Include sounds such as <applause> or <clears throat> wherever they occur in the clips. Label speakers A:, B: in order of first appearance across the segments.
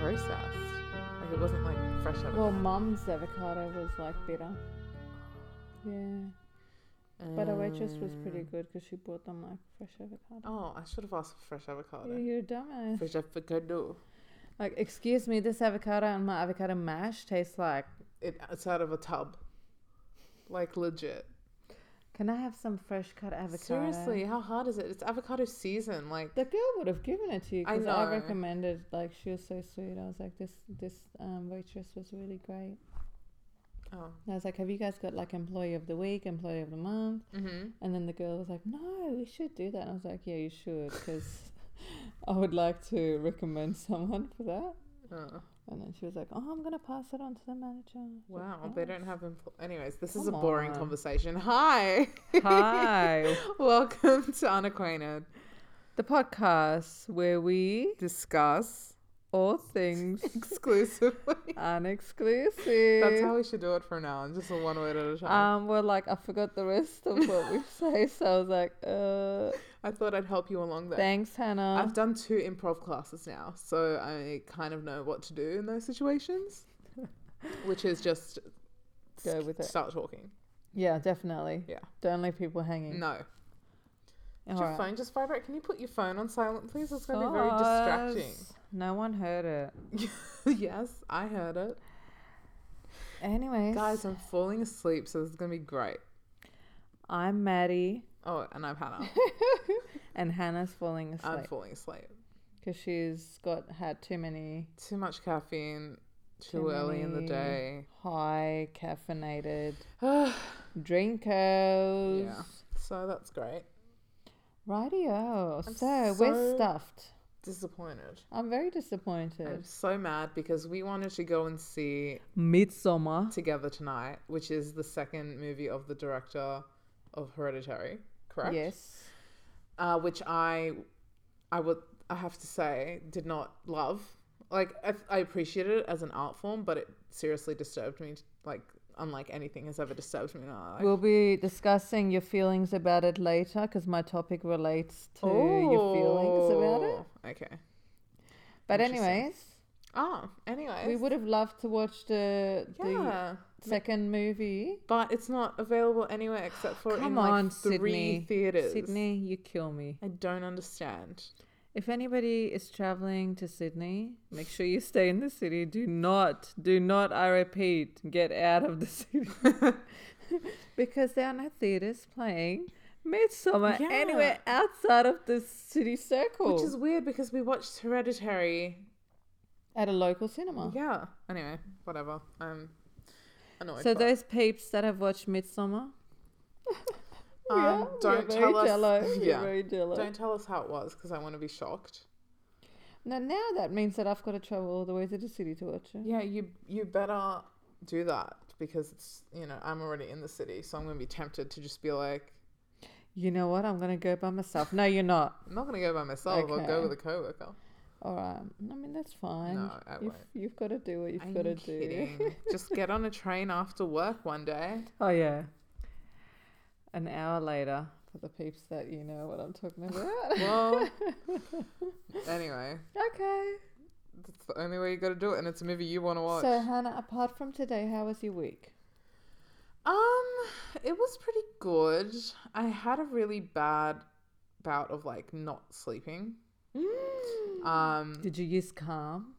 A: processed. Like it wasn't like fresh avocado.
B: Well, mum's avocado was like bitter. Yeah. But a waitress was pretty good because she bought them like fresh avocado.
A: Mm. Oh, I should have asked for fresh avocado.
B: Yeah, You're a dumbass.
A: Fresh avocado.
B: Like, excuse me, this avocado and my avocado mash tastes like.
A: It, it's out of a tub. Like legit.
B: Can I have some fresh cut avocado?
A: Seriously, how hard is it? It's avocado season. Like
B: The girl would have given it to you
A: I
B: because I,
A: know.
B: recommended. Like she was so sweet. I was like, this this um, waitress was really great.
A: oh.
B: And I was like, have you guys got like employee of the week, employee of the month?
A: Mm-hmm.
B: And then the girl was like, no, we should do that. And I was like, yeah, you should because <laughs> I would like to recommend someone for that.
A: Oh.
B: And then she was like, oh, I'm gonna pass it on to the manager. I was like, "Oh."
A: Wow, they
B: <laughs>
A: don't
B: "Nice."
A: have empl- Anyways, this is a
B: Come
A: boring
B: on.
A: conversation. Hi.
B: Hi,
A: <laughs> Welcome to Unacquainted.
B: the podcast where we <laughs>
A: Discuss
B: all things
A: exclusively.
B: unexclusive.
A: That's how we should do it from now on, just one word at a time.
B: Um, well, like I forgot the rest of what <laughs> we say, so I was like, uh,
A: I thought I'd help you along there.
B: thanks, Hannah.
A: I've done two improv classes now, so I kind of know what to do in
B: <laughs>
A: those situations, which is just
B: Go with it.
A: Start talking.
B: Yeah, definitely.
A: Yeah.
B: Don't leave people hanging.
A: No. Did
B: All
A: your
B: right.
A: phone just vibrate? Can you put your phone on silent, please? It's going to be very distracting.
B: Stars. No one heard it.
A: <laughs> yes, I heard it.
B: Anyways,
A: Guys, I'm falling asleep, so this is going to be great.
B: I'm Maddie,
A: Oh, and
B: <laughs>
A: I'm Hannah.
B: and Hannah's falling
A: I'm
B: asleep
A: falling asleep.
B: because she's got had too many
A: Too much caffeine, too,
B: Too
A: early in the
B: many.
A: day. <sighs>
B: high caffeinated
A: so
B: drinkos.
A: Yeah. that's great.
B: Rightio.
A: I'm
B: So, we're
A: so-
B: stuffed.
A: Disappointed.
B: I'm very disappointed.
A: I'm so mad because we wanted to go and see
B: Midsummer.
A: Together Tonight, which is the second movie of the director of Hereditary, correct?
B: Yes.
A: uh, which I, I would, I have to say, did not love. Like I, I appreciated it as an art form, but it seriously disturbed me. Like unlike anything has ever disturbed me in my life.
B: We'll be discussing your feelings about it later because my topic relates to your feelings about it.
A: it. Okay.
B: But
A: Oh, Interesting.
B: anyways,
A: Oh, anyways.
B: we would have loved to watch the,
A: yeah.
B: the second movie.
A: But it's not available anywhere except for in
B: Come
A: like
B: on,
A: three
B: Sydney.
A: theaters.
B: Sydney, you kill me.
A: I don't understand.
B: If anybody is traveling to Sydney, make sure you stay in the city. Do not, do not, I repeat, get out of the
A: <laughs>
B: city. because there are no theaters playing Midsummer
A: Yeah.
B: anywhere outside of the city circle.
A: Which is weird because we watched Hereditary.
B: at a local cinema.
A: Yeah. Anyway, whatever. I'm annoyed.
B: So
A: by
B: those peeps that have watched Midsummer,
A: Um, don't tell us.
B: Yeah.
A: <laughs>
B: <laughs>
A: Yeah.
B: we're very jello.
A: Don't tell us how it was because I want to be shocked.
B: Now, now that means that I've got to travel all the way to the city to watch it.
A: Yeah, you you better do that because it's you know I'm already in the city, so I'm gonna be tempted to just be like,
B: You know what? I'm gonna go by myself. No, you're not.
A: I'm not gonna go by myself. I'll
B: Okay.
A: go with a coworker.
B: All right. I mean, that's fine.
A: No, I
B: you've,
A: won't.
B: you've got to do what you've
A: I'm
B: got to do.
A: <laughs> kidding. just get on a train after work one day.
B: Oh yeah. An hour later, for the peeps that you know what I'm talking
A: <laughs>
B: about.
A: Well, anyway,
B: okay.
A: that's the only way you got to do it, and it's a movie you want to watch.
B: So Hannah, apart from today, how was your week?
A: Um, it was pretty good. I had a really bad bout of like not sleeping. Um,
B: Did you use Calm?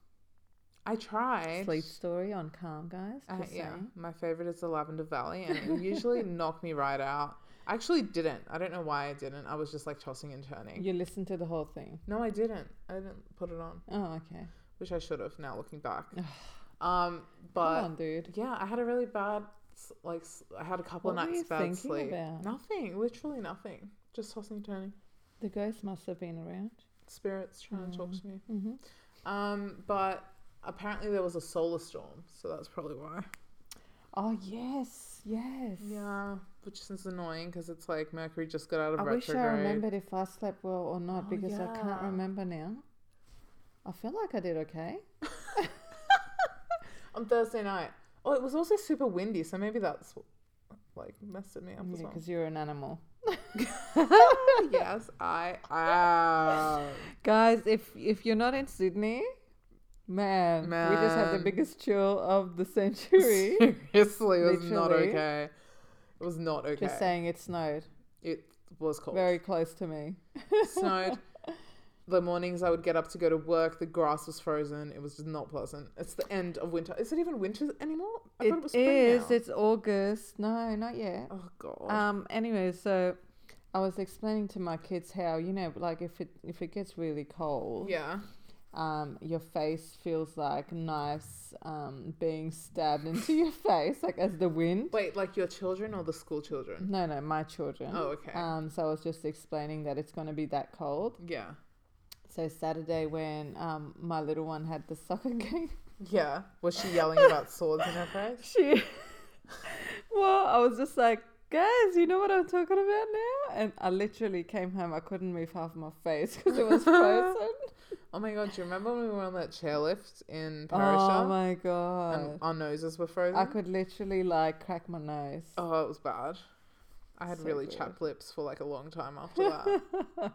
A: I tried.
B: Sleep story on Calm, guys.
A: Uh,
B: Just
A: yeah,
B: saying.
A: my favorite is the Lavender Valley, and it
B: <laughs>
A: would usually knock me right out. I actually didn't. I don't know why I didn't. I was just like tossing and turning.
B: You listened to the whole thing.
A: No, I didn't. I didn't put it on,
B: Oh, okay.
A: which I should have. Now looking back, um,
B: Come
A: but
B: on, dude.
A: yeah, I had a really bad s- like s- I had a couple
B: What were you
A: nights bad
B: thinking
A: sleep.
B: about?
A: Nothing, literally nothing. Just tossing and turning.
B: The ghost must have been around.
A: Spirits trying to talk to me.
B: Mm-hmm.
A: Um, but apparently there was a solar storm, so that's probably why.
B: Oh yes, yes.
A: Yeah, which is annoying because it's like Mercury just got out of
B: I wish
A: retrograde.
B: I remembered if I slept well or not
A: Oh,
B: because I can't
A: yeah.
B: remember now. I feel like I did okay.
A: on Thursday night. Oh, it was also super windy, so maybe that's like messed me up as
B: Yeah,
A: well. <laughs>
B: because you're an animal.
A: yes, I am.
B: <laughs> Guys, if if you're not in Sydney, Man, we just had the
A: Man.
B: biggest chill of <laughs> the century.
A: Seriously, it was not
B: Literally.
A: okay. It was not okay.
B: Just saying it snowed
A: It was cold.
B: very close to me.
A: snowed. The mornings I would get up to go to work, the grass was frozen. It was just not pleasant. It's the end of winter. Is it even winter anymore? I thought it was
B: it
A: spring
B: is.
A: now.
B: It's August. No, not yet.
A: oh god.
B: Um. Anyway, so I was explaining to my kids how you know, like if it if it gets really cold,
A: yeah.
B: um, your face feels like knives um being stabbed into
A: <laughs>
B: your face, like as the wind.
A: Wait, like your children or the school children?
B: No, no, my children.
A: Oh, okay.
B: Um. So I was just explaining that it's going to be that cold.
A: yeah.
B: So Saturday when um my little one had the soccer <laughs> game.
A: Yeah. Was she yelling about swords in her face?
B: she <laughs> well i was just like guys you know what i'm talking about now and i literally came home i couldn't move half my face because it
A: <laughs>
B: was frozen
A: Oh my god, do you remember when we were on that chairlift in
B: oh
A: Parisha?
B: my
A: and
B: god
A: our noses were frozen.
B: i could literally like crack my nose
A: Oh, it was bad. I had
B: So
A: really
B: good.
A: chapped lips for like a long time after
B: <laughs>
A: that.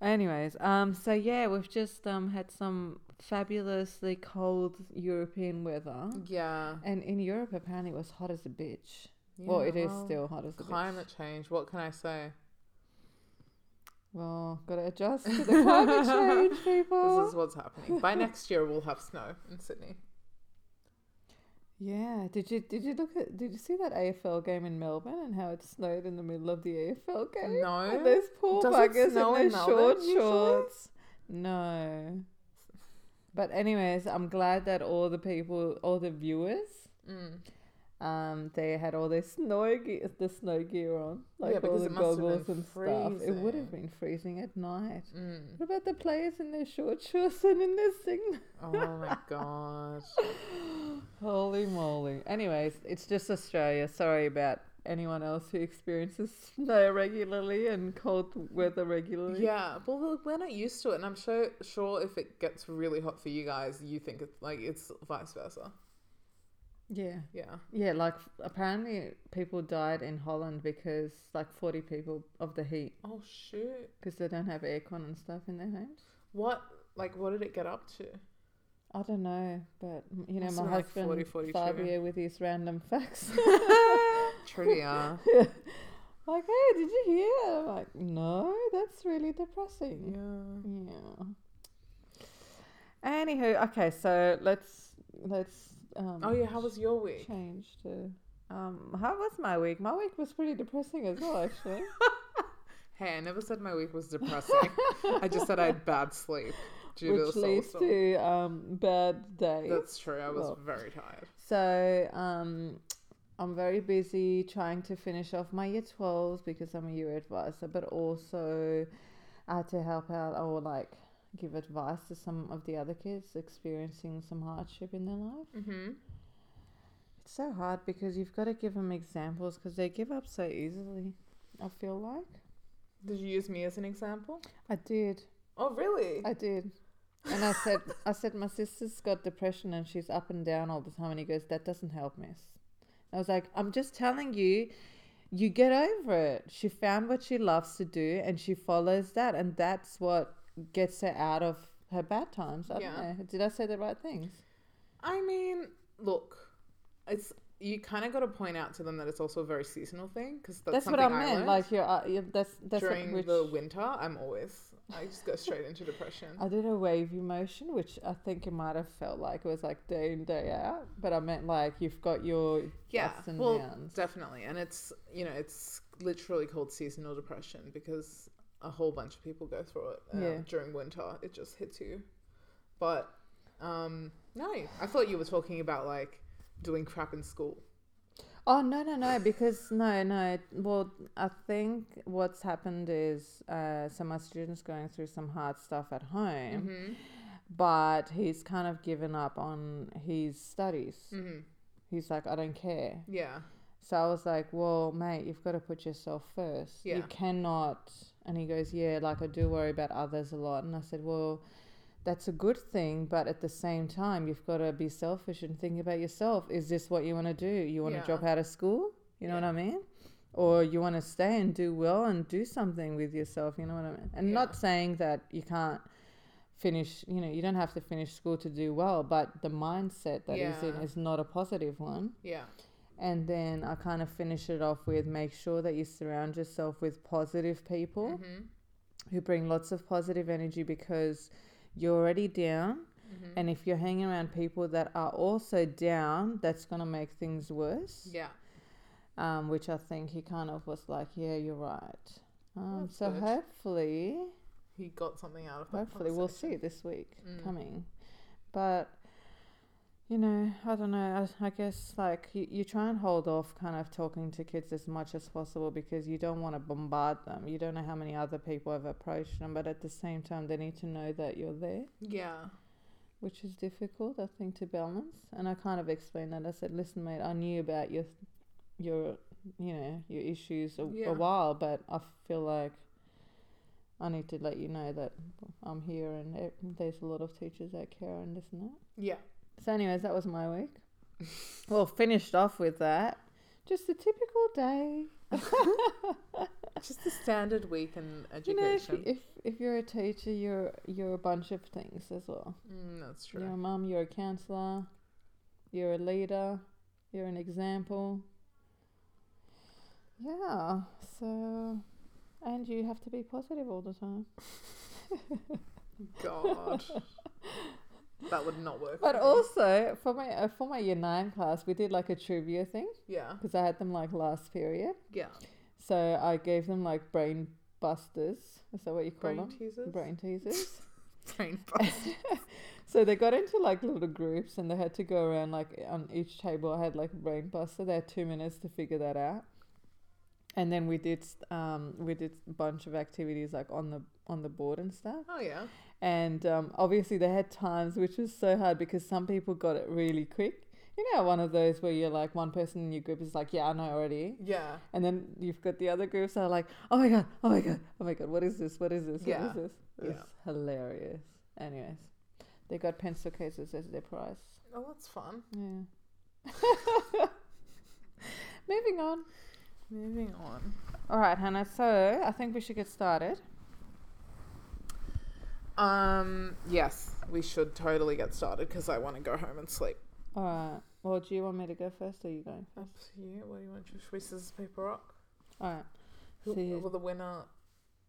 B: anyways um so yeah we've just um had some fabulously cold european weather
A: yeah.
B: and in europe apparently it was hot as a bitch well it
A: Yeah,
B: is still hot as a bitch
A: Climate change. What can I say?
B: well gotta adjust to
A: <laughs>
B: the climate change people
A: This is what's happening.
B: <laughs>
A: By next year, we'll have snow in Sydney.
B: Yeah, did you did you look at did you see that AFL game in Melbourne and how it snowed in the middle of the AFL game? And
A: No.
B: those poor
A: Does it
B: buggers
A: snow in
B: in their short
A: Melbourne usually?
B: shorts. No. But anyways, I'm glad that all the people, all the viewers,
A: Mm.
B: um, they had all their snow gear, the snow gear on, like
A: Yeah,
B: all
A: because
B: the
A: it must have been
B: goggles and stuff. It would
A: freezing.
B: have been freezing at night.
A: Mm.
B: What about the players in their short shorts and in their singlet?
A: Oh my god.
B: <laughs> Holy moly. Anyways, it's just Australia. Sorry about anyone else who experiences snow regularly and cold weather regularly.
A: Yeah, well, look, we're not used to it, and I'm sure sure if it gets really hot for you guys, you think it's like it's vice versa.
B: Yeah.
A: Yeah.
B: Yeah, like apparently people died in Holland because like 40 people of the heat
A: Oh shoot.
B: because they don't have aircon and stuff in their homes.
A: What like what did it get up to?
B: I don't know, but m- you know,
A: Must
B: my
A: have been, like,
B: husband
A: 40, 42.
B: Fabio with his random
A: <laughs>
B: facts. <laughs>
A: Trivia.
B: Oh like, hey, did you hear? I'm like, no, that's really depressing.
A: yeah.
B: Yeah. Anywho, okay, so let's let's. Um,
A: Oh yeah, how was your week?
B: change to? Um, how was my week? My week was pretty depressing as well, actually.
A: Hey, I never said my week was depressing. I just said I had bad sleep <laughs> due to
B: which
A: the
B: leads
A: solstice.
B: to um bad days.
A: That's true. I was
B: Well.
A: very tired.
B: So um, I'm very busy trying to finish off my year twelves because I'm a year advisor, but also uh, to help out or like give advice to some of the other kids experiencing some hardship in their life.
A: Mm-hmm.
B: It's so hard because you've got to give them examples because they give up so easily. I feel like
A: Did you use me as an example?
B: I did,
A: Oh really?
B: I did, and I said, I said, my sister's got depression and she's up and down all the time, and he goes, that doesn't help, miss. I was like, I'm just telling you, you get over it. She found what she loves to do and she follows that, and that's what gets her out of her bad times. I
A: Yeah.
B: don't know. Did I say the right things?
A: I mean, look, it's you kind of got to point out to them that it's also a very seasonal thing because that's,
B: That's, what
A: something
B: I
A: I
B: meant.
A: learned.
B: like you're, uh, you that's that's what-
A: during
B: which-
A: the winter, I'm always I just go straight into depression.
B: <laughs> I did a wavy motion, which I think it might have felt like it was like day in day out, but I meant like you've got your
A: Yeah,
B: ups and
A: well,
B: downs.
A: Definitely, and it's you know it's literally called seasonal depression because a whole bunch of people go through it um,
B: Yeah.
A: during winter. It just hits you, but um, no, I thought you were talking about like doing crap in school.
B: Oh no no no! Because no no. Well, I think what's happened is uh, so my student's going through some hard stuff at home,
A: Mm-hmm.
B: but he's kind of given up on his studies.
A: Mm-hmm.
B: He's like, I don't care.
A: Yeah,
B: So I was like, well, mate, you've got to put yourself first. You
A: Yeah.
B: cannot. And he goes, yeah, like I do worry about others a lot. And I said, well, that's a good thing. But at the same time, you've got to be selfish and think about yourself. Is this what you want to do? You want
A: Yeah.
B: to drop out of school? You know what
A: Yeah.
B: I mean? Or you want to stay and do well and do something with yourself? You know what I mean? And
A: Yeah.
B: not saying that you can't finish, you know, you don't have to finish school to do well, but the mindset that is in
A: Yeah.
B: is not a positive one.
A: Yeah.
B: And then I kind of finish it off with make sure that you surround yourself with positive people
A: Mm-hmm.
B: who bring lots of positive energy because you're already down.
A: Mm-hmm.
B: And if you're hanging around people that are also down, that's going to make things worse.
A: Yeah.
B: Um, which I think he kind of was like, yeah, you're right. Um,
A: That's
B: so
A: good.
B: hopefully,
A: He got something out of that.
B: hopefully we'll see
A: conversation.
B: this week
A: Mm.
B: coming. But, you know, I don't know. I, I guess like you, you try and hold off kind of talking to kids as much as possible because you don't want to bombard them. You don't know how many other people have approached them. But at the same time, they need to know that you're there
A: Yeah.
B: which is difficult, I think, to balance. And I kind of explained that. I said, "Listen, mate, I knew about your, your, you know, your issues a,
A: Yeah.
B: a while, but I feel like I need to let you know that I'm here, and e- there's a lot of teachers that care and this and that." <laughs>
A: Yeah.
B: So, anyways, that was my week. well, finished off with that. Just a typical day.
A: Just the standard week in
B: You know, if,
A: education.
B: if if you're a teacher, you're you're a bunch of things as well.
A: mm, that's true.
B: You're a mum, you're a counselor, you're a leader, you're an example. Yeah, so, and you have to be positive all the time. <laughs>
A: God. that would not work.
B: But
A: for me.
B: also, for my, uh, for my year nine class, we did like a trivia thing
A: Yeah.
B: because I had them like last period.
A: Yeah.
B: So I gave them like brain busters. Is that what you call
A: Brain
B: them?
A: teasers.
B: Brain teasers.
A: Brain
B: <laughs>
A: bust.
B: So they got into like little groups and they had to go around like on each table. I had like a brain buster. They had two minutes to figure that out. And then we did um, we did a bunch of activities like on the on the board and stuff.
A: Oh yeah.
B: And um, obviously they had times which was so hard because some people got it really quick. You know, one of those where you're like one person in your group is like, yeah, I know already.
A: Yeah.
B: And then you've got the other groups that are like, oh my god, oh my god, oh my god, what is this? What is this? What
A: Yeah.
B: is this?
A: Yeah.
B: It's hilarious. Anyways, they got pencil cases as their prize.
A: Oh, that's fun.
B: Yeah. <laughs> Moving on.
A: Moving on.
B: All right, Hannah. So I think we should get started.
A: Um. Yes, we should totally get started because I want to go home and sleep.
B: All right. Well, do you want me to go first, or you going?
A: Up to you. What do you want? Should we scissors paper rock?
B: All right.
A: Who,
B: See-
A: well, the winner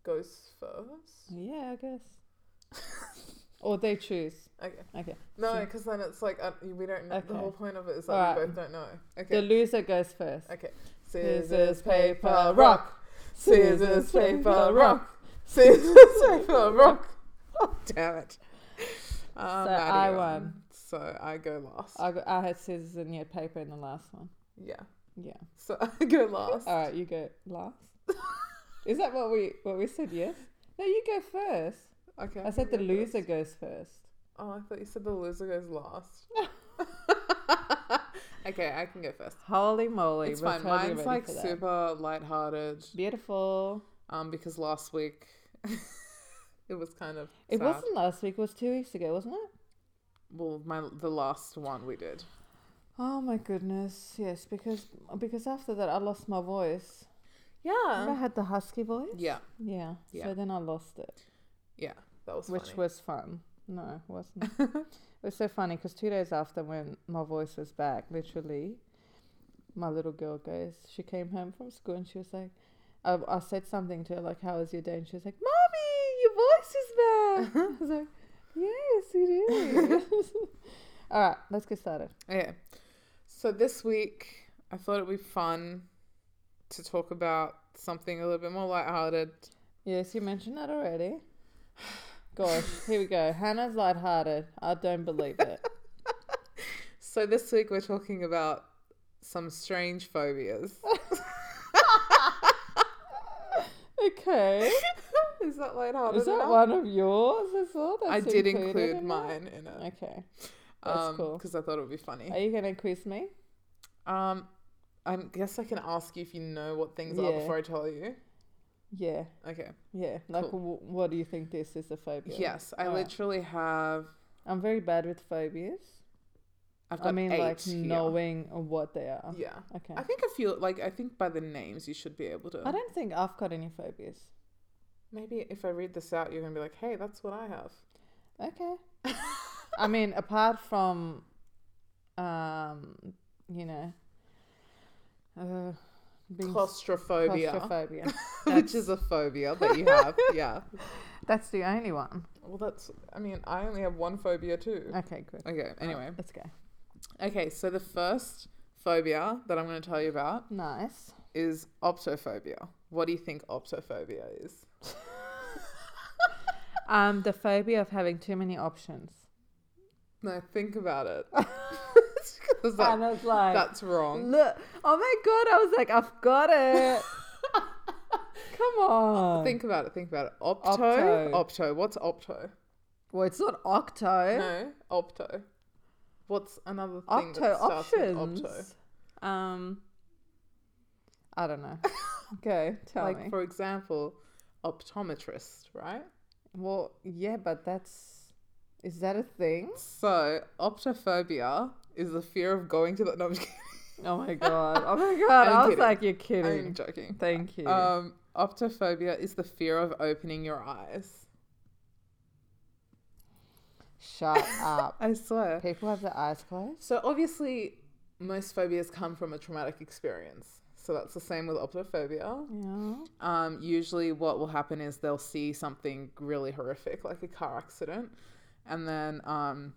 A: goes first.
B: Yeah, I guess.
A: <laughs>
B: or they choose.
A: Okay.
B: Okay.
A: No,
B: See.
A: because then it's like uh, we don't. know. The
B: Okay.
A: whole point of it is that we
B: Alright.
A: both don't know.
B: The
A: Okay.
B: loser goes first.
A: okay.
B: Scissors, paper, rock.
A: Scissors, paper, rock. Scissors, <laughs> paper,
B: <laughs>
A: rock. Oh, Damn it. Um,
B: So
A: Maddie
B: I won.
A: So I go last.
B: I, got, I had scissors and you had paper in the last one.
A: yeah.
B: Yeah.
A: So <laughs> I go last.
B: All right, you go last. Is that what we what we said? Yes. No, you go first.
A: Okay.
B: I said the
A: can go
B: loser
A: first.
B: goes first.
A: Oh, I thought you said the loser
B: <laughs>
A: goes last. <laughs> okay, I can go first.
B: Holy moly!
A: It's
B: we're
A: fine.
B: totally ready
A: Mine's like
B: for that.
A: super lighthearted.
B: beautiful.
A: Um, because last week <laughs> it was kind of
B: It
A: sad.
B: wasn't last week. It was two weeks ago, wasn't it?
A: Well, my the last one we did.
B: Oh my goodness! Yes, because because after that I lost my voice. Remember I
A: Yeah.
B: had the husky voice.
A: Yeah.
B: Yeah.
A: Yeah.
B: So then I lost it,
A: Yeah. That was
B: which
A: funny.
B: was fun. No, it wasn't. it was so funny because two days after when my voice was back, literally, my little girl goes, she came home from school and she was like, I, I said something to her, like, how was your day? And she was like, Mommy, your voice is back. I was like, yes, it is. All right, let's get started.
A: Okay. So this week, I thought it'd be fun to talk about something a little bit more lighthearted.
B: Yes, you mentioned that already. Gosh, here we go. Hannah's lighthearted. I don't believe it.
A: So this week, we're talking about some strange
B: <laughs>
A: phobias. <laughs>
B: <laughs> Okay.
A: Is that lighthearted?
B: Is that
A: enough?
B: one of yours as well?
A: I
B: that's
A: did
B: included
A: include
B: in that?
A: mine in it.
B: Okay. that's
A: Um 'cause
B: cool.
A: Because I thought it would be funny.
B: Are you going to quiz me?
A: Um, I guess I can ask you if you know what things are
B: Yeah.
A: before I tell you.
B: Yeah.
A: Okay.
B: Yeah. Like,
A: Cool.
B: w- what do you think this is a phobia?
A: Yes, I
B: All right.
A: literally have.
B: I'm very bad with phobias.
A: I've got
B: I mean,
A: eight
B: like,
A: here.
B: knowing what they are.
A: Yeah.
B: Okay.
A: I think I feel like I think by the names you should be able to.
B: I don't think I've got any phobias.
A: Maybe if I read this out, you're gonna be like, "Hey, that's what I have." <laughs>
B: Okay. I mean, apart from, um, you know, uh, being
A: Claustrophobia,
B: claustrophobia.
A: <laughs> which is a phobia that you
B: <laughs>
A: have. yeah.
B: That's the only one.
A: Well, that's. I mean, I only have one phobia too.
B: Okay, good.
A: Okay. Anyway.
B: Let's go.
A: Okay. So the first phobia that I'm going to tell you about
B: Nice.
A: is optophobia. What do you think optophobia is?
B: Um, the phobia of having too many options.
A: No, think
B: <laughs>
A: about it. <laughs> 'Cause that-
B: and I was like,
A: that's wrong.
B: look, oh my god! I was like, I've got
A: <laughs>
B: it. Come on.
A: Think about it. Think about it. Opto.
B: Opto.
A: Opto. What's opto?
B: well, it's not octo.
A: No, opto. What's another thing
B: Octo
A: that starts with
B: options.
A: opto?
B: Um, I don't <laughs> know. Go tell
A: like
B: me.
A: for example, optometrist, right?
B: well, yeah, but that's is that a thing?
A: So optophobia is the fear of going to the. No, I'm, just
B: Oh my god! Oh <laughs> my god!
A: I'm
B: I was
A: kidding.
B: like, you're
A: kidding. I'm
B: kidding.
A: joking.
B: Thank you.
A: Um, optophobia is the fear of opening your eyes.
B: Shut up.
A: I swear.
B: People have their eyes closed.
A: So obviously, most phobias come from a traumatic experience. So that's the same with optophobia.
B: Yeah.
A: Um, usually, what will happen is they'll see something really horrific, like a car accident, and then um,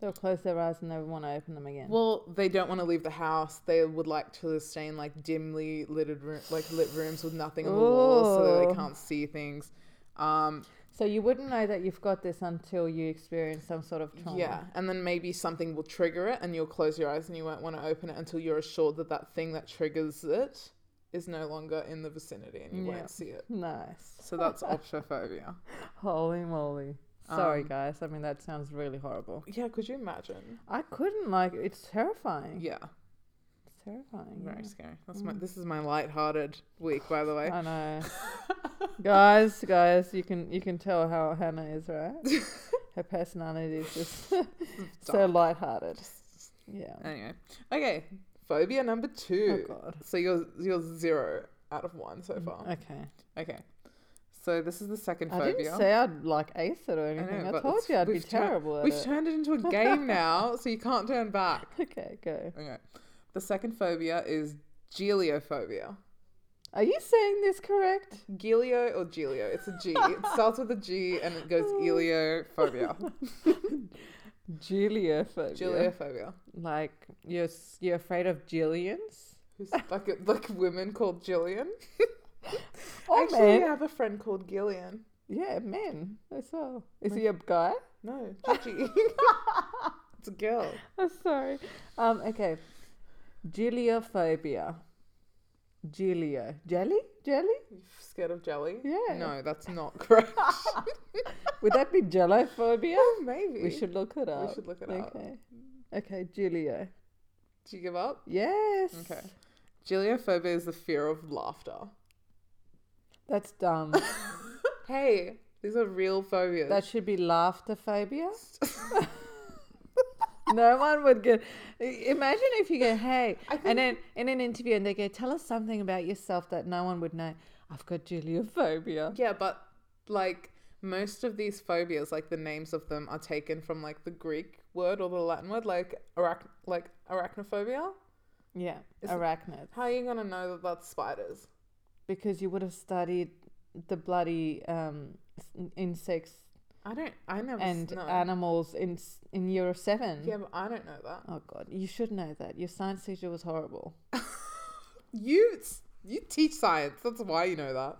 B: They'll close their eyes and never want to open them again.
A: well, they don't want to leave the house. They would like to stay in like dimly littered, room, like lit rooms with nothing on the walls, so that
B: Ooh.
A: they can't see things. Um,
B: so you wouldn't know that you've got this until you experience some sort of trauma.
A: Yeah, and then maybe something will trigger it, and you'll close your eyes and you won't want to open it until you're assured that that thing that triggers it is no longer in the vicinity and you
B: Yeah.
A: won't see it.
B: Nice.
A: So <laughs> that's optophobia.
B: Holy moly. Sorry,
A: Um,
B: guys. I mean, that sounds really horrible.
A: Yeah, could you imagine?
B: I couldn't like. It's terrifying.
A: Yeah,
B: It's terrifying.
A: very
B: yeah.
A: scary. That's my. This is my light-hearted week, by the way.
B: I know.
A: <laughs>
B: guys, guys, you can you can tell how Hannah is,
A: <laughs>
B: right? Her personality is just so
A: Dark.
B: lighthearted. Yeah.
A: Anyway, okay, phobia number
B: Oh
A: two.
B: god.
A: so you're you're zero out of one so far.
B: Okay.
A: Mm, Okay, so this is the second
B: I
A: phobia.
B: didn't say I'd like ace it or anything. I,
A: but
B: told
A: it's-
B: you I'd be
A: we've tried-
B: terrible at
A: We've
B: it.
A: turned it into a <laughs> game now, so you can't turn back.
B: <laughs> Okay, go.
A: Okay. The second phobia is geliophobia.
B: Are you saying this correct?
A: Gelio or gelio? It's a G. it starts with a G and it goes eliophobia.
B: Geliophobia.
A: Geliophobia.
B: Like you're s- you're afraid of Gillians?
A: Who's like a- like women called Gillian?
B: Or
A: Actually,
B: men?
A: I have a friend called Gillian.
B: Oh, Yeah, men as well. Is he a guy?
A: No, Gigi. <laughs> it's a girl.
B: <laughs> I'm sorry. Um. Okay. Geliophobia. Gelio. Jelly? Jelly?
A: You scared of jelly?
B: Yeah.
A: No, that's not <laughs> correct.
B: Would that be Jellophobia?
A: <laughs> Maybe.
B: We should look it up.
A: we should look it up.
B: okay. Okay. Gelio.
A: Do you give up?
B: Yes.
A: Okay. Geliophobia is the fear of laughter.
B: That's dumb.
A: Hey, these are real phobias.
B: That should be laughter
A: <laughs>
B: phobia. no one would get. Imagine if you go, hey,
A: I
B: and
A: think-
B: then in an interview, and they go, tell us something about yourself that no one would know. I've got geliophobia.
A: Yeah, but like most of these phobias, like the names of them are taken from like the Greek word or the Latin word, like arach- like arachnophobia.
B: Yeah,
A: Is it-
B: arachnid.
A: How are you gonna know that that's spiders?
B: Because you would have studied the bloody um, s- insects
A: I don't. I never. s-
B: and
A: no.
B: animals in s- in year seven.
A: yeah, but I don't know that.
B: Oh god, you should know that your science teacher was horrible.
A: You s- you teach science. That's why you know that.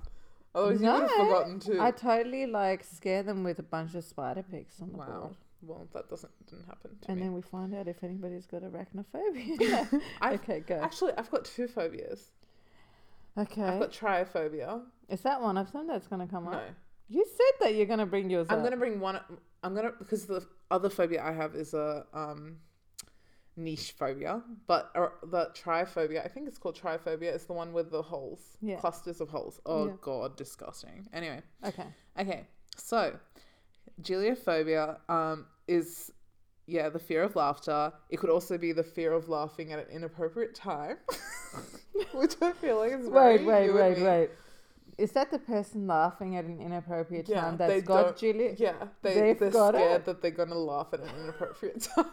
A: Otherwise, you would have
B: No,
A: forgotten too.
B: I totally like scare them with a bunch of spider pigs on the
A: wow.
B: board.
A: Well, that doesn't didn't happen to
B: And
A: me.
B: then we find out if anybody's got arachnophobia.
A: <laughs>
B: <laughs>
A: I've-
B: okay, go.
A: Actually, I've got two phobias.
B: Okay.
A: I've got triophobia.
B: Is that one of them that's going to come
A: No,
B: up? You said that you're going to bring yours
A: I'm
B: up.
A: gonna bring one. I'm gonna because the other phobia I have is a um, niche phobia, but or the triophobia. I think it's called triophobia. It's the one with the holes,
B: Yeah.
A: clusters of holes. Oh
B: Yeah.
A: god, disgusting. Anyway,
B: Okay.
A: okay, so geliophobia um, is yeah the fear of laughter. It could also be the fear of laughing at an inappropriate time, <laughs> which I feel like is very
B: Wait, wait,
A: you and
B: wait,
A: me.
B: wait. Is that the person laughing at an inappropriate
A: Yeah,
B: time
A: they
B: that's got
A: don't-
B: Juliet?
A: Yeah, they,
B: They've
A: they're
B: got it.
A: scared that they're gonna laugh at an inappropriate time.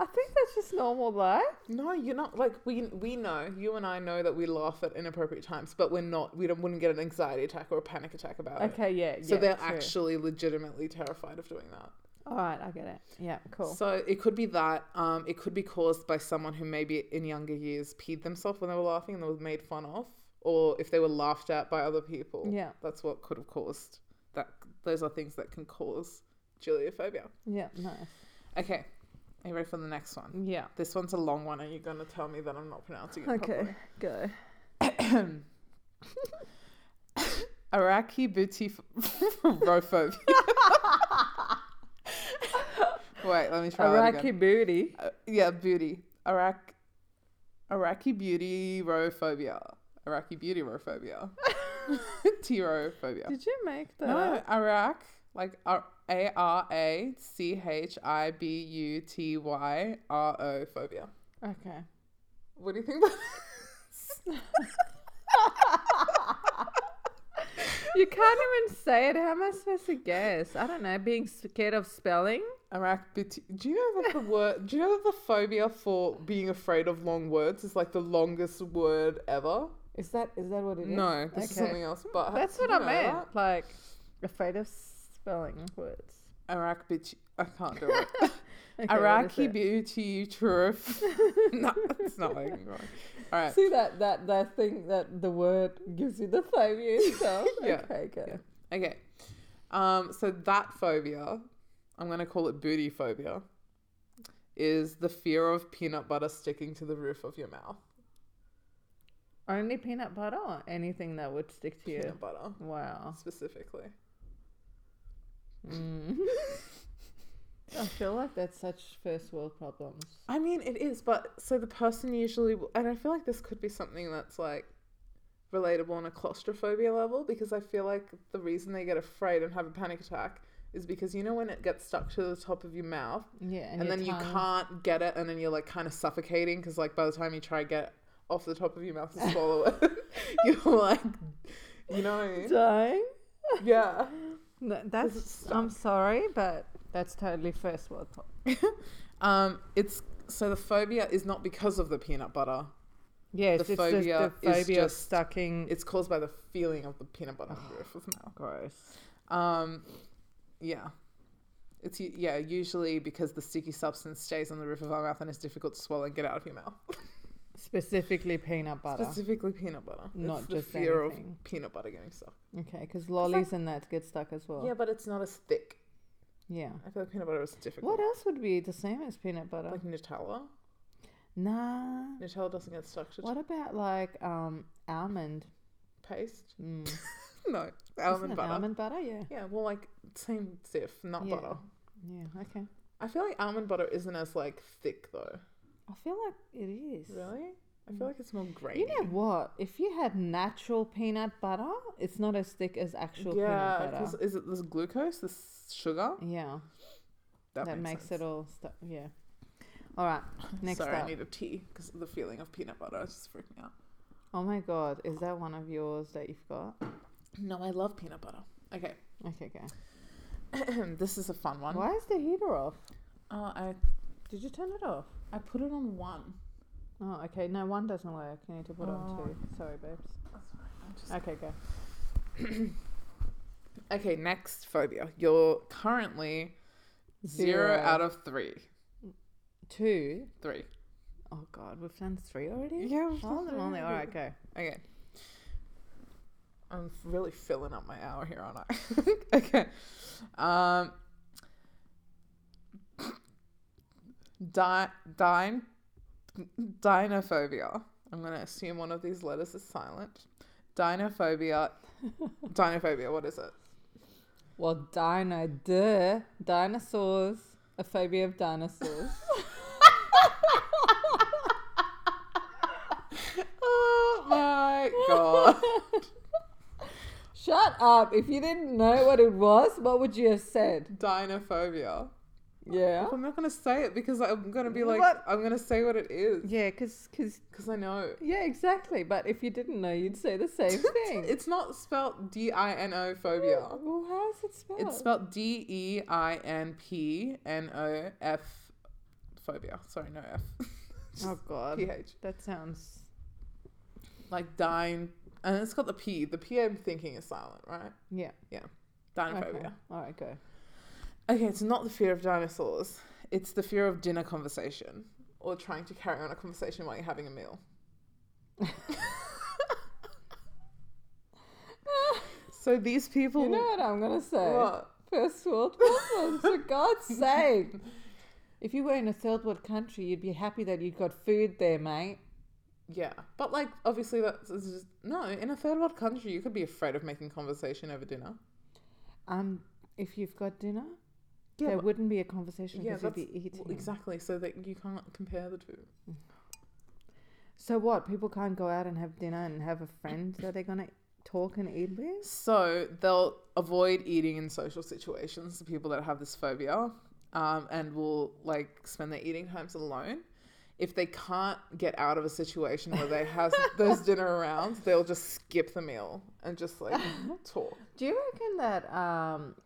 B: I think that's just normal life.
A: No, you're not. Like we we know you and I know that we laugh at inappropriate times, but we're not. We don't, wouldn't get an anxiety attack or a panic attack about it.
B: Okay, yeah,
A: So
B: yeah.
A: they're
B: true.
A: actually legitimately terrified of doing that.
B: All right, I get it. Yeah, cool.
A: So it could be that. Um, it could be caused by someone who maybe in younger years peed themselves when they were laughing and they were made fun of, or if they were laughed at by other people.
B: Yeah.
A: that's what could have caused that. Those are things that can cause geliophobia.
B: Yeah, nice.
A: Okay, are you ready for the next one?
B: Yeah.
A: This one's a long one. Are you going to tell me that I'm not pronouncing it properly?
B: Okay, go.
A: Iraqi booty <laughs> rophobia.
B: <laughs>
A: Wait, let me try that
B: Iraqi
A: again.
B: booty.
A: Uh, yeah, beauty. Iraq. Iraqi beauty rophobia. Iraqi
B: <laughs>
A: beauty rophobia. Terophobia.
B: Did you make that?
A: No,
B: up?
A: Iraq. Like uh, A R A C H I B U T Y R O phobia.
B: Okay.
A: What do you think about
B: You can't even say it. How am I supposed to guess? I don't know. Being scared of spelling.
A: Iraq booty. Do you know that the word? Do you know that the phobia for being afraid of long words is like the longest word ever?
B: Is that is that what it is?
A: No, this is
B: Okay.
A: something else. But
B: That's what
A: you
B: I
A: know
B: meant.
A: that?
B: Like afraid of spelling words. <laughs>
A: Iraq bitch. I can't do it.
B: Okay, what is <laughs>
A: Iraqi
B: it? <laughs>
A: beauty truth. no, it's not working right. All right.
B: See that that that thing that the word gives you the phobia <laughs> itself.
A: Yeah.
B: Okay, go.
A: Yeah. Okay. Um, so that phobia, I'm gonna call it booty phobia, is the fear of peanut butter sticking to the roof of your mouth.
B: Only peanut butter or anything that would stick to you.
A: Peanut butter,
B: Wow.
A: specifically.
B: <laughs> Mm. I feel like that's such first world problems.
A: I mean, it is, but so the person usually, will- and I feel like this could be something that's like relatable on a claustrophobia level because I feel like the reason they get afraid and have a panic attack is because you know when it gets stuck to the top of your mouth
B: Yeah,
A: and,
B: and, your
A: then you
B: tongue.
A: can't get it and then you're like kind of suffocating because like by the time you try to get off the top of your
B: <laughs>
A: mouth to swallow it, <laughs> you're like, you know,
B: dying.
A: yeah.
B: No,
A: it's
B: that's.
A: stuck.
B: I'm sorry, but that's totally first world problem.
A: Um, it's so the phobia is not because of the peanut butter.
B: Yes,
A: The
B: it's just
A: phobia
B: the
A: is
B: phobia of
A: just-
B: sucking.
A: It's caused by the feeling of the peanut butter on the roof of the
B: Oh.
A: mouth.
B: gross.
A: Um, yeah. It's u- yeah, usually because the sticky substance stays on the roof of our mouth and it's difficult to swallow and get out of your mouth.
B: Specifically peanut butter.
A: Specifically peanut butter.
B: Not
A: it's
B: just
A: the fear
B: anything.
A: of peanut butter getting stuck.
B: Okay, because lollies and that get stuck as well.
A: Yeah, but it's not as thick.
B: Yeah.
A: I feel like peanut butter is difficult.
B: What else would be the same as peanut butter?
A: Like Nutella.
B: nah.
A: Nutella doesn't get stuck to
B: What about like um almond?
A: paste.
B: <laughs> Mm. Isn't
A: No, almond
B: it
A: butter.
B: Almond butter, yeah.
A: Yeah, well, like same diff, not
B: Yeah.
A: butter.
B: Yeah. Okay.
A: I feel like almond butter isn't as like thick though.
B: I feel like it is.
A: Really? I feel like it's more grainy.
B: Mm. You know what? If you had natural peanut butter, it's not as thick as actual
A: yeah,
B: peanut butter.
A: because is it this glucose, this sugar?
B: Yeah, that, makes, it all stuff. Yeah. All right.
A: <laughs>
B: Next
A: Sorry,
B: up.
A: I need a tea because the feeling of peanut butter is just freaking out.
B: Oh my god, is that one of yours that you've got?
A: No, I love peanut butter. Okay, <clears throat>
B: Okay, go.
A: this is a fun one.
B: Why is the heater off?
A: Uh, I
B: Did you turn it off?
A: I put it on one.
B: Oh, okay. No, one doesn't work. You need to put on
A: Oh.
B: two. Sorry, babes.
A: That's right. I'm just
B: Okay, go.
A: Okay, next phobia. You're currently zero,
B: Zero.
A: out of three.
B: Two.
A: Three.
B: Oh god, we've done three already.
A: Yeah, we've
B: Oh,
A: done three
B: only. All
A: already.
B: right, go.
A: Okay. I'm really filling up my hour here, aren't I? <laughs> okay. Um, di- dine, dinophobia. I'm going to assume one of these letters is silent. <laughs> Dinophobia. dinophobia, what is it?
B: Well, dino, duh, dinosaurs, a phobia of <laughs> dinosaurs.
A: Oh my <laughs> god.
B: Shut up! If you didn't know what it was, what would you have said?
A: Dinophobia.
B: Yeah.
A: Look, I'm not gonna say it because I'm gonna be like,
B: What?
A: I'm gonna say what it is
B: Yeah, because because
A: because I know
B: yeah, exactly. But if you didn't know, you'd say the
A: <laughs>
B: same thing.
A: it's not spelled D I N O phobia.
B: Well, how is it spelled?
A: It's spelled D E I N P N O F phobia. Sorry, no F. <laughs>
B: oh God,
A: PH.
B: that sounds.
A: Like dine, and it's got the P. The P I'm thinking is silent, right?
B: Yeah.
A: Dinophobia.
B: All right, go.
A: Okay, it's not the fear of dinosaurs. It's the fear of dinner conversation or trying to carry on a conversation while you're having
B: <laughs>
A: a meal. <laughs> so these people.
B: You know what I'm gonna say?
A: What?
B: First world problems,
A: <laughs>
B: for God's sake. If you were in a third world country, you'd be happy that you'd got food there, mate.
A: Yeah, but like obviously that's it's just no. In a third world country, you could be afraid of making conversation over dinner.
B: Um, if you've got dinner,
A: Yeah,
B: there
A: but-
B: wouldn't be a conversation because
A: that's-
B: you'd be eating.
A: well, exactly. So that you can't compare the two.
B: So what? People can't go out and have dinner and have a friend that they're gonna talk and eat with.
A: So they'll avoid eating in social situations. The people that have this phobia, um, and will like spend their eating times alone. If they can't get out of a situation where they have those dinner around, they'll just skip the meal and just like talk.
B: Do you reckon that? Um,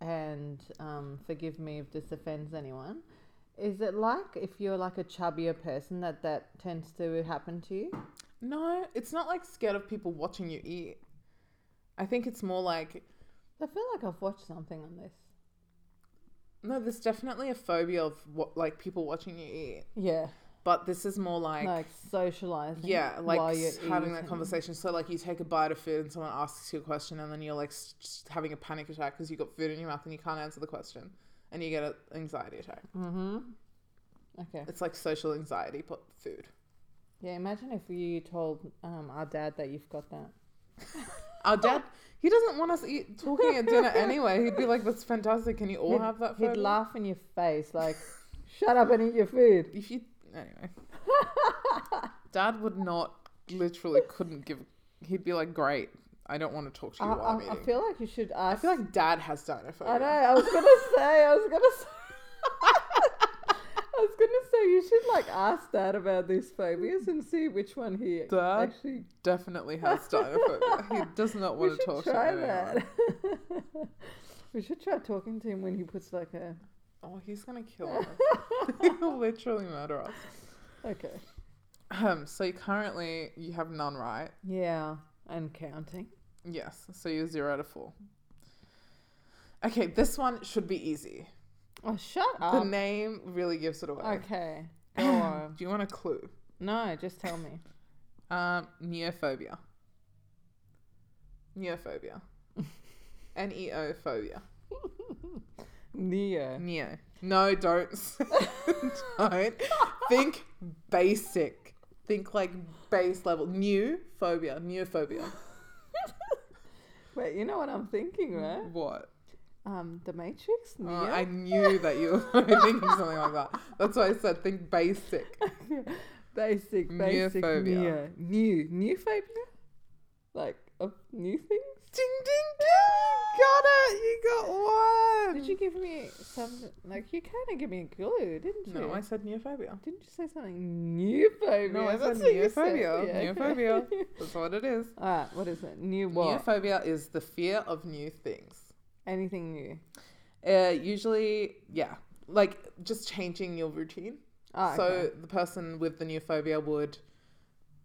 B: and um, forgive me if this offends anyone. Is it like if you're like a chubbier person that that tends to happen to you?
A: No, it's not like scared of people watching you eat. I think it's more like
B: I feel like I've watched something on this.
A: No, there's definitely a phobia of what, like people watching you eat,
B: Yeah,
A: but this is more like,
B: like, socializing.
A: yeah, like
B: while you're
A: s- having that
B: eating.
A: conversation. So like you take a bite of food and someone asks you a question, and then you're like s- just having a panic attack because you got food in your mouth and you can't answer the question, and you get an anxiety
B: <laughs>
A: attack.
B: Mhm. Okay.
A: It's like social anxiety, but food.
B: Yeah. Imagine if you told um, our dad that you've got that. Oh.
A: Our dad, he doesn't want us eat, talking
B: <laughs>
A: at dinner anyway. He'd be like, "That's fantastic. Can you all
B: He'd-
A: have that?"
B: He'd
A: phobia?"
B: laugh in your face like, "Shut up and eat your food."
A: If you
B: <laughs>
A: anyway, Dad would not literally couldn't give. He'd be like, "Great, I don't want to talk to
B: I,
A: you while I'm
B: I, I
A: eating."
B: feel like you should
A: I
B: ask.
A: feel like Dad has dinophobia.
B: I know. I was
A: <laughs>
B: gonna say. I was gonna say. <laughs> I was gonna say you should like ask Dad about these phobias and see which one he
A: Dad
B: actually.
A: definitely has
B: <laughs>
A: dinophobia. he does not
B: We
A: want to
B: should
A: talk
B: try
A: to anyone.
B: that. <laughs> we should try talking to him when he puts like a.
A: Oh, he's gonna kill
B: <laughs>
A: us. <laughs> He'll literally murder us.
B: Okay.
A: Um, so you currently you have none, right?
B: Yeah, and counting.
A: Yes. So you're zero out of four. Okay, this one should be easy.
B: Oh, shut
A: the
B: up.
A: name really gives it away.
B: okay.
A: <laughs>
B: Go on.
A: Do you want a clue?
B: No, just tell me.
A: Um, neophobia.
B: <laughs>
A: Neophobia. N E O phobia.
B: Neo.
A: Neo. No, don't. <laughs> s- don't. Think basic. Think like base level. New phobia. Neophobia.
B: <laughs> Wait, you know what I'm thinking, right?
A: <laughs> What?
B: Um, The Matrix. Neo.
A: Oh, I knew that you were <laughs>
B: <laughs>
A: thinking something like that. That's why I said think basic.
B: <laughs> basic, basic,
A: Neophobia.
B: neo, new, new phobia, like of new things.
A: Ding <laughs> ding ding! Got it! You got one!
B: Did you give me some? Like you kind of give me a clue, didn't you?
A: no, I said neophobia.
B: didn't you say something new phobia?
A: No, I said
B: That's what you said,
A: neophobia.
B: yeah. <laughs>
A: Neophobia. That's what it is.
B: All right, what is it? New what?
A: Neophobia is the fear of new things.
B: Anything new?
A: Uh, usually, yeah, like just changing your routine.
B: Ah,
A: so
B: okay.
A: the person with the neophobia would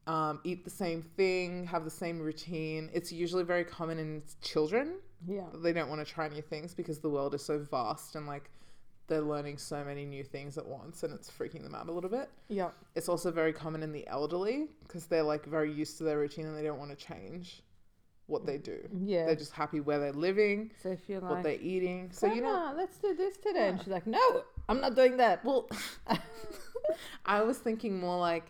A: um, eat the same thing, have the same routine. It's usually very common in children.
B: yeah,
A: They don't want to try new things because the world is so vast and like they're learning so many new things at once and it's freaking them out a little bit.
B: yeah,
A: It's also very common in the elderly because they're like very used to their routine and they don't want to change what they do.
B: yeah.
A: They're just happy where they're living,
B: so if you're
A: what
B: like,
A: they're eating. So you know,
B: "Grandma, let's do this today, and
A: Yeah.
B: she's like, no, I'm not doing that. <laughs>
A: well, I was thinking more like,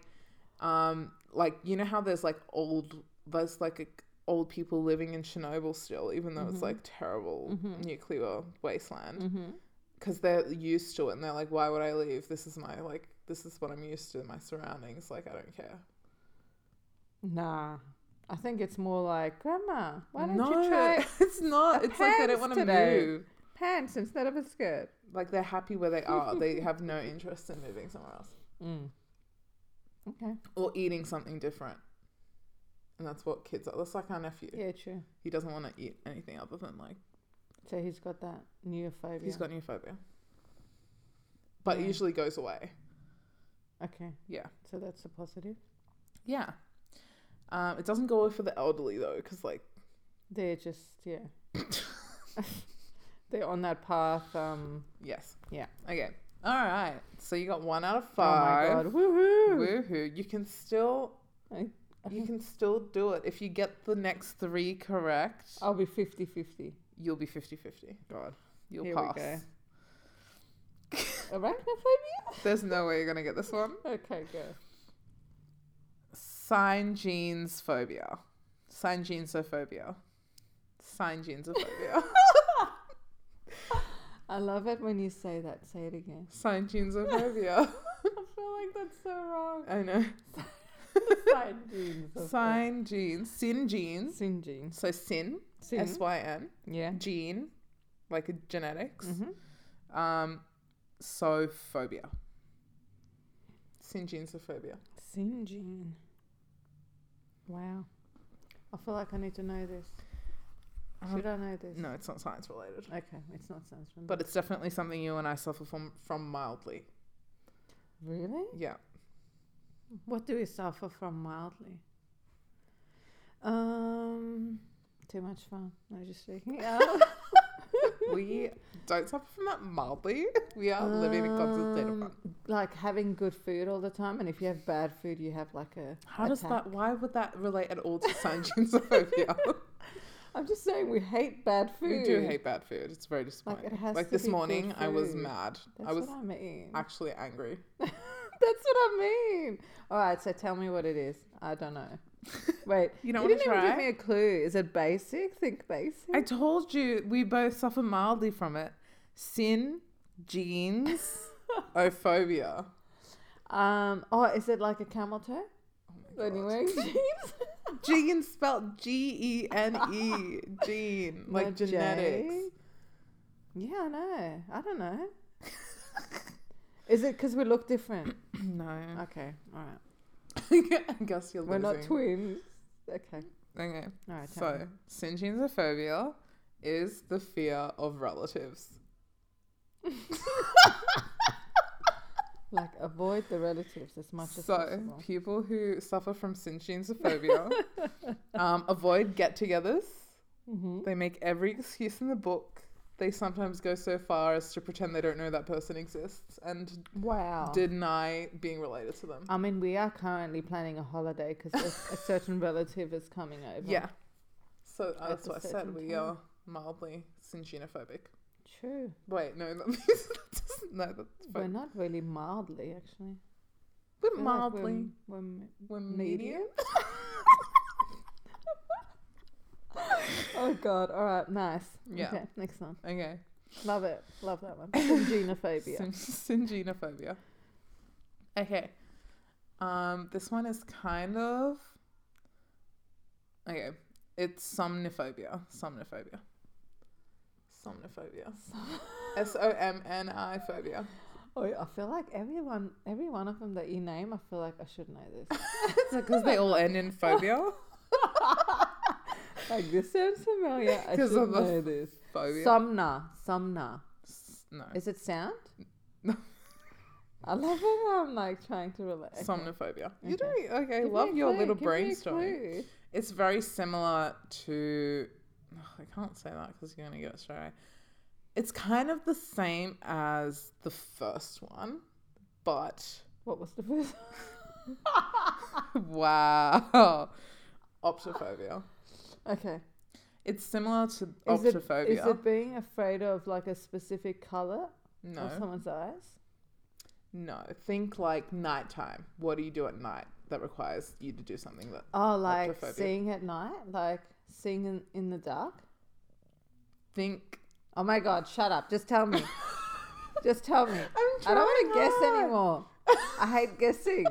A: um, like you know how there's like old, there's like a, old people living in Chernobyl still, even though it's like terrible nuclear wasteland,
B: Mm-hmm.
A: because they're used to it and they're like, why would I leave? This is my like, this is what I'm used to, my surroundings. Like I don't care.
B: Nah, I think it's more like, Grandma, why don't
A: no,
B: you try
A: <laughs> It's not.
B: a
A: It's like they
B: pants
A: don't want to
B: today?
A: move.
B: pants instead of a skirt.
A: Like they're happy where they are. they
B: <laughs>
A: have no interest in moving somewhere else
B: Mm. Okay.
A: or eating something different. And that's what kids are. That's like our nephew.
B: Yeah, true.
A: He doesn't want to eat anything other than like
B: So he's got that neophobia.
A: he's got new phobia. But it
B: Yeah.
A: usually goes away.
B: Okay.
A: Yeah.
B: So that's a positive.
A: Yeah. Um, it doesn't go away for the elderly though, because like
B: They're just yeah. <laughs> They're on that path. Um.
A: yes.
B: Yeah.
A: Okay. All right. So you got one out of five.
B: Oh my god. Woohoo!
A: Woohoo! You can still
B: I-
A: you can still do it if you get the next three correct.
B: I'll be 50-50.
A: You'll be 50-50. God, you'll
B: Here we
A: pass.
B: go. Arachnophobia?
A: There's no way you're gonna get this one.
B: Okay, go.
A: Sign genes phobia. Sign genosophobia.
B: <laughs>
A: Sign genosophobia.
B: I love it when you say that. Say it again. <laughs>
A: Sign genosophobia.
B: I feel like that's so
A: <laughs>
B: wrong.
A: I know.
B: Sign genes. of
A: Sign genes. Sin
B: it.
A: genes.
B: Sin genes.
A: So sin.
B: Sin.
A: S Y N.
B: yeah.
A: Gene. Like a genetics.
B: Mm-hmm.
A: Um, so phobia. Sin genosophobia.
B: Sin gene. Wow. I feel like I need to know this. Should I know this?
A: No, it's not science related.
B: Okay, it's not science. from
A: But it's definitely something you and I suffer from from mildly.
B: really,
A: Yeah.
B: what do we suffer from mildly? Um, too much fun. No, just
A: <laughs>
B: joking. Um,
A: We don't suffer from that mildly. We are living in constant state of
B: um,
A: fun.
B: Like having good food all the time, and if you have bad food, you have like a.
A: How does
B: attack.
A: that why would that relate at all to sign <laughs> genosophobia?
B: I'm just saying we hate bad food.
A: we do hate bad food. It's very
B: Like
A: disappointing.
B: it has.
A: like
B: to
A: this
B: be good
A: morning i was
B: food.
A: mad
B: That's
A: i was
B: what I mean.
A: actually angry
B: <laughs> That's what I mean. All right, so tell me what it is. I don't
A: <laughs>
B: know. Wait,
A: You
B: you
A: don't wanna
B: didn't even give
A: try?
B: me a clue. Is it basic? Think basic.
A: i told you we both suffer mildly from it sin genes <laughs> Oh, ophobia
B: Um. Oh, is it like a camel toe?
A: Oh God.
B: Anyway, jeans.
A: <laughs> genes spelled g-e-n-e E, gene like
B: Not J.
A: genetics
B: Yeah, I know. I don't
A: <laughs>
B: know. is it because we look
A: <clears throat>
B: different?
A: no
B: Okay. All right.
A: <laughs> i guess you're
B: We're
A: losing.
B: not twins. Okay.
A: okay
B: All right. tell me.
A: so sin genosophobia is the fear of relatives
B: like avoid the relatives as much as
A: so
B: possible.
A: people who suffer from sin genosophobia
B: <laughs>
A: um, avoid get-togethers
B: Mm-hmm.
A: They make every excuse in the book. They sometimes go so far as to pretend they don't know that person exists and
B: Wow.
A: deny being related to them.
B: I mean, we are currently planning a holiday because a, a
A: <laughs>
B: certain relative is coming over.
A: yeah. So uh,
B: At
A: that's
B: the
A: what I said.
B: certain
A: We
B: time.
A: are mildly syngenophobic.
B: True.
A: Wait, no, that means <laughs> that doesn't, no, that's
B: We're
A: fine.
B: not really mildly, actually.
A: We're,
B: I feel like
A: mildly.
B: We're, we're me-
A: we're, medium. <laughs>
B: medium. oh, God. All right. Nice.
A: Yeah.
B: Okay. Next one.
A: Okay.
B: Love it. Love that
A: <laughs>
B: one. Genophobia.
A: Syn- Syngenophophobia. Okay. Um, this one is kind of okay. It's somnophobia. Somnophobia. Somnophobia. S O M N I phobia.
B: oh, I feel like everyone, every one of them that you name, I feel like I should know this.
A: Because they all end
B: <laughs>
A: in phobia.
B: like, this sounds familiar. I
A: <laughs> 'Cause
B: should
A: of the-
B: know this.
A: Phobia.
B: Somna. Somna.
A: S- no.
B: Is it sound?
A: <laughs> No.
B: I love it. how I'm like trying to relate. Okay.
A: Somnophobia. You're
B: Okay.
A: doing okay.
B: Give me
A: love
B: a
A: your
B: clue,
A: little
B: give me a
A: brainstorming.
B: clue.
A: It's very similar to. Ugh, I can't say that because you're gonna get it straight. away. It's kind of the same as the first one, but <laughs>
B: What was the first?
A: wow, optophobia.
B: <laughs> okay.
A: It's similar to
B: Is it-
A: optophobia.
B: Is it being afraid of like a specific color
A: no,
B: of someone's eyes?
A: no. Think like nighttime. What do you do at night that requires you to do something that
B: Oh, like
A: Optophobia.
B: seeing at night, like seeing in, in the dark.
A: think?
B: Oh my god! Shut up! Just tell
A: <laughs>
B: me. Just tell me.
A: I'm
B: I don't want to
A: trying
B: guess
A: hard.
B: anymore. I hate
A: <laughs>
B: guessing.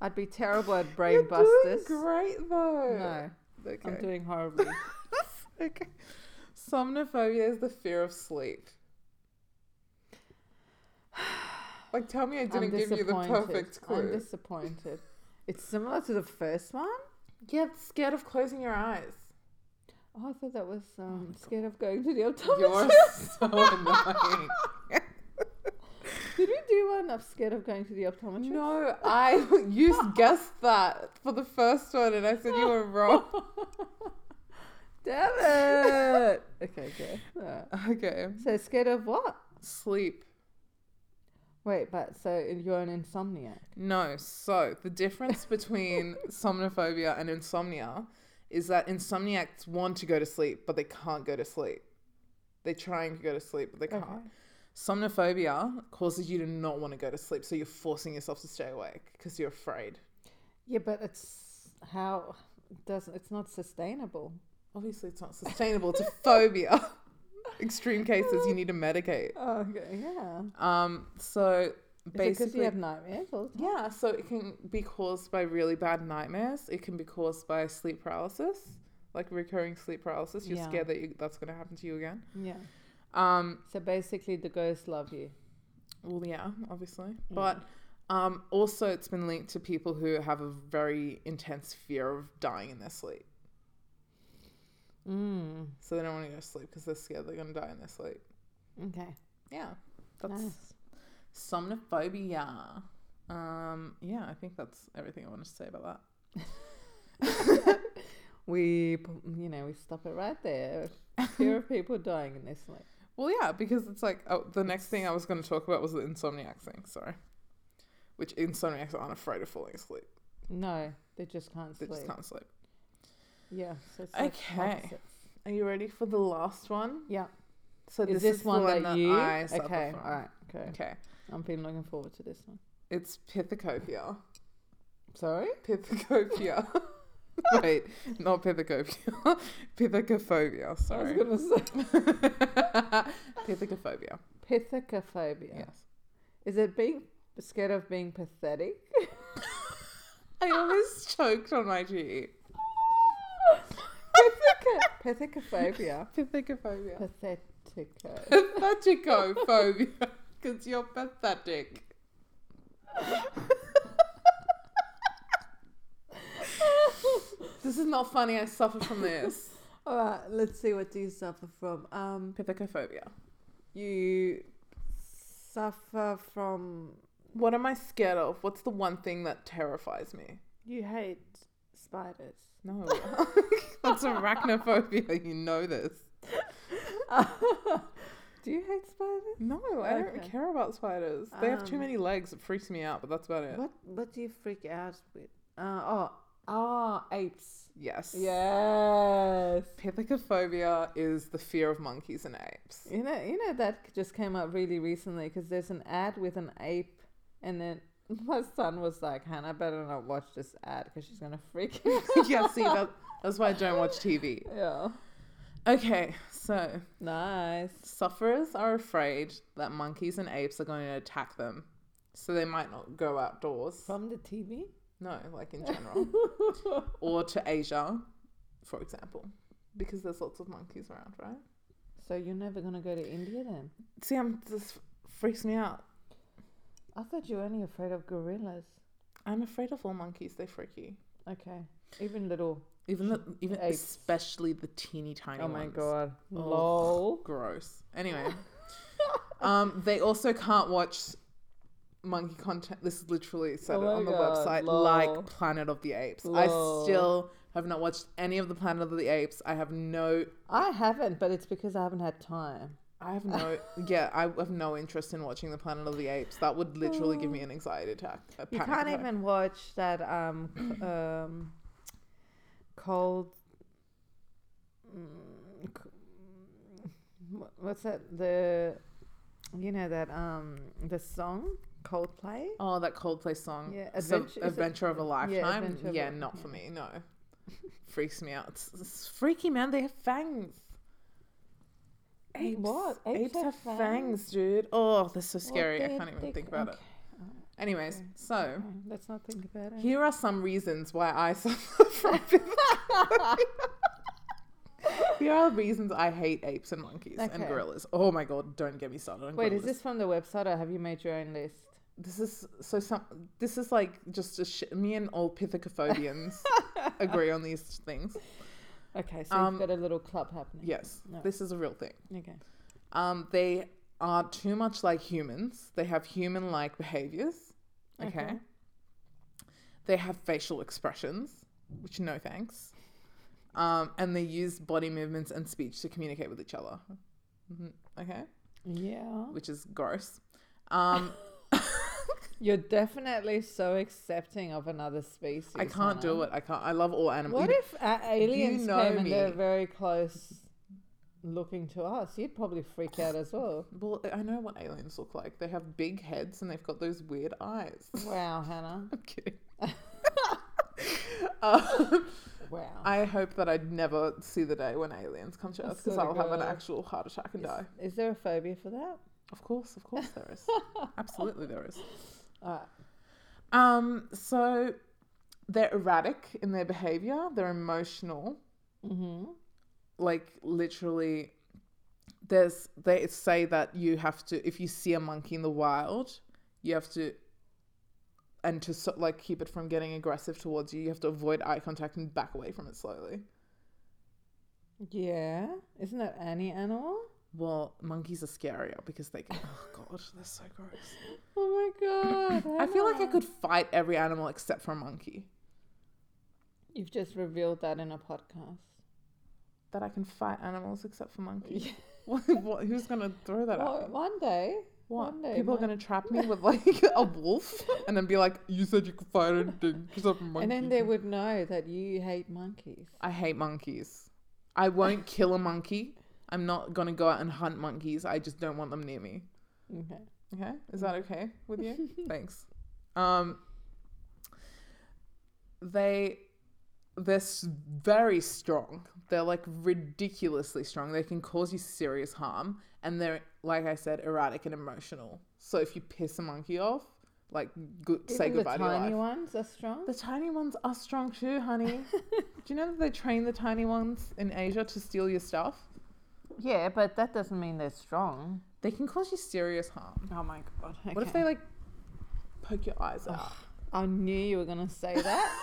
B: I'd be terrible at brain
A: You're doing
B: busters.
A: great though.
B: No,
A: Okay.
B: I'm doing horribly.
A: okay. Somnophobia is the fear of sleep. Like, tell me I
B: I'm
A: didn't give you the
B: disappointed.
A: perfect
B: I'm
A: clue.
B: disappointed. It's similar to the first one.
A: Yeah, it's scared of closing
B: <laughs>
A: your eyes.
B: Oh, I thought that was um, scared of going to the
A: You're
B: optometrist.
A: so annoying.
B: <laughs> Did we do one of scared of going to the optometrist?
A: No, I you s- guessed that for the first one, and I said you
B: <laughs>
A: were wrong.
B: Damn it. <laughs> okay, good. Alright.
A: Okay,
B: So scared of what?
A: sleep.
B: Wait, but so you're an insomniac.
A: No, so the
B: <laughs>
A: difference between somnophobia and insomnia is that insomniacs want to go to sleep, but they can't go to sleep. They're trying to go to sleep, but they can't.
B: Okay.
A: Somnophobia causes you to not want to go to sleep, so you're forcing yourself to stay awake because you're afraid.
B: Yeah, but it's how it doesn't it's not sustainable.
A: Obviously, it's not
B: <laughs>
A: sustainable. It's a phobia. Extreme cases, you need to medicate.
B: Oh, okay, yeah.
A: Um, so
B: Because
A: basically,
B: you have nightmares all the time.
A: yeah, so it can be caused by really bad nightmares. It can be caused by sleep paralysis, like recurring sleep paralysis. You're
B: Yeah.
A: scared that you, that's going to happen to you again.
B: Yeah.
A: Um,
B: So basically, the ghosts love you.
A: well, yeah, obviously, but um, also it's been linked to people who have a very intense fear of dying in their sleep.
B: Mm.
A: So they don't want to go to sleep because they're scared they're going to die in their sleep.
B: Okay.
A: Yeah, that's
B: nice.
A: somnophobia. Um, yeah, I think that's everything I wanted to say about that.
B: We, p- you know, we stop it right <laughs> there. Fear of people dying in their sleep.
A: Well, yeah, because it's like oh, the next thing I was going to talk about was the insomniac thing. Sorry, which insomniacs aren't afraid of falling asleep;
B: No, they just can't
A: they
B: sleep.
A: just can't sleep.
B: Yeah. So it's like
A: Okay.
B: opposites.
A: Are you ready for the last one?
B: Yeah.
A: So
B: is this,
A: the
B: one that, you?
A: I suffer
B: okay.
A: from.
B: All right. Okay.
A: Okay,
B: I've been looking forward to this one.
A: it's pithecopia.
B: Sorry.
A: Pithecopia. <laughs> Wait, not pithecopia. <laughs> Pithecophobia. Sorry.
B: I
A: <laughs>
B: was gonna say <laughs>
A: Pithecophobia.
B: pithecophobia.
A: Yes.
B: Is it being scared of being pathetic? <laughs>
A: I always choked on my G. E.
B: Pitheca- pithecophobia.
A: Pithecophobia.
B: Pathetico.
A: Patheticophobia. Because you're pathetic. this is not funny. I suffer from this.
B: All right, let's see what do you suffer from. Um,
A: Pithecophobia.
B: you suffer from
A: What am I scared of? What's the one thing that terrifies me?
B: you hate <laughs> spiders.
A: <laughs> No. That's arachnophobia. You know this.
B: do you hate spiders?
A: No, I don't
B: Okay.
A: care about spiders. They have too
B: Um,
A: many legs. It freaks me out, but that's about it.
B: What What do you freak out with? Uh, oh, ah, apes.
A: Yes.
B: Yes.
A: Pithecophobia is the fear of monkeys and apes.
B: You know, you know that c- just came up really recently because there's an ad with an ape, and then <laughs> my son was like, "Hannah, better not watch this ad because she's gonna freak out."
A: <laughs> yeah, see, that, that's why I don't watch TV.
B: <laughs> yeah.
A: Okay, so
B: Nice.
A: sufferers are afraid that monkeys and apes are going to attack them, so they might not go outdoors.
B: From the TV?
A: No, like in general,
B: <laughs>
A: or to Asia, for example, because there's lots of monkeys around, right?
B: So you're never gonna go to India then?
A: See, I'm this freaks me out.
B: I thought you were only afraid of gorillas.
A: I'm afraid of all monkeys. They're freaky.
B: Okay. Even little.
A: Even the, even
B: Apes.
A: especially the teeny tiny.
B: oh my
A: ones.
B: god.
A: Ugh.
B: Lol.
A: gross. Anyway, um, they also can't watch monkey content. This is literally said
B: Oh
A: it
B: my
A: on the
B: God,
A: website,
B: lol.
A: like Planet of the Apes. I
B: Lol.
A: still have not watched any of the Planet of the Apes. I have no,
B: <laughs> I haven't, but it's because I haven't had time.
A: I
B: <laughs>
A: have no, yeah, I have no interest in watching the Planet of the Apes. That would literally give me an anxiety attack. A
B: Oh. You
A: panic
B: can't
A: attack.
B: even watch that um
A: <clears throat>
B: c- um cold mm, c- wha- what's that the you know that um the song Coldplay?
A: Oh, that Coldplay song.
B: Yeah,
A: So,
B: Adventure- is it-
A: Adventure of a Lifetime.
B: Adventure
A: Yeah,
B: of a-
A: not for
B: yeah.
A: me. No, freaks me out. It's, it's freaky, man. They have fangs.
B: Wait, what?
A: Apes, have fangs? dude. Oh, they're so scary. I can't even think about it. Anyways,
B: okay.
A: so
B: Let's not think about it.
A: <laughs> here are some reasons why I suffer from There are reasons I hate apes and monkeys and
B: Okay.
A: gorillas. Oh my god, don't get me started on
B: Wait,
A: gorillas.
B: is this from the website or have you made your own list?
A: this is so some this is like just a sh- me and all pithecophobians
B: <laughs>
A: agree on these things
B: Okay, so
A: Um,
B: you've got a little club happening.
A: yes
B: No.
A: this is a real thing
B: Okay.
A: um they are too much like humans they have human like behaviors okay.
B: Okay.
A: they have facial expressions which no thanks um and they use body movements and speech to communicate with each other Mhm, okay
B: Yeah.
A: which is gross um
B: You're definitely so accepting of another species.
A: i can't do it i can't i love all animals
B: What if uh, aliens
A: know
B: came and they're
A: me.
B: very close looking to us? You'd probably freak out as well.
A: <laughs> Well, I know what aliens look like. They have big heads and they've got those weird eyes. <laughs>
B: Wow, Hannah.
A: I'm kidding. um,
B: Wow.
A: I hope that I'd never see the day when aliens come to Earth
B: swear
A: because
B: to
A: I'll have an
B: God.
A: actual heart attack and
B: Is-
A: die.
B: Is, there a phobia for that?
A: Of course, of course there is. Absolutely there is.
B: Uh,
A: Um, so they're erratic in their behavior. They're emotional.
B: mm-hmm.
A: like literally there's they say that you have to if you see a monkey in the wild you have to and to so, like keep it from getting aggressive towards you you have to avoid eye contact and back away from it slowly
B: Yeah. Isn't that any animal?
A: well monkeys are scarier because they can oh god they're so gross
B: Oh my god.
A: <laughs> i feel like i
B: Hannah.
A: could fight every animal except for a monkey
B: You've just revealed that in a podcast.
A: that i can fight animals except for monkeys <laughs> what, what, who's gonna throw that
B: Well,
A: at me
B: <laughs> one day.
A: What?
B: One day
A: People
B: my-
A: are gonna trap me
B: <laughs>
A: with like a wolf and then be like, "You said you could fight anything except a monkey."
B: And then they would know that you hate monkeys.
A: I hate monkeys. I won't kill a monkey. I'm not gonna go out and hunt monkeys. I just don't want them near me.
B: Okay.
A: Okay, is that okay with <laughs> you? Thanks. Um, they they're s- very strong. They're like ridiculously strong. They can cause you serious harm, and they're like I said, erratic and emotional. So if you piss a monkey off, like good, say
B: Even
A: goodbye
B: the
A: to your
B: tiny
A: life.
B: ones are strong.
A: The tiny ones are strong too, <laughs> honey. Do you know that they train the tiny ones in Asia to steal your stuff?
B: Yeah, but that doesn't mean they're strong.
A: They can cause you serious harm.
B: Oh my god.
A: What if they like poke your eyes out?
B: I knew you were gonna say <laughs> that.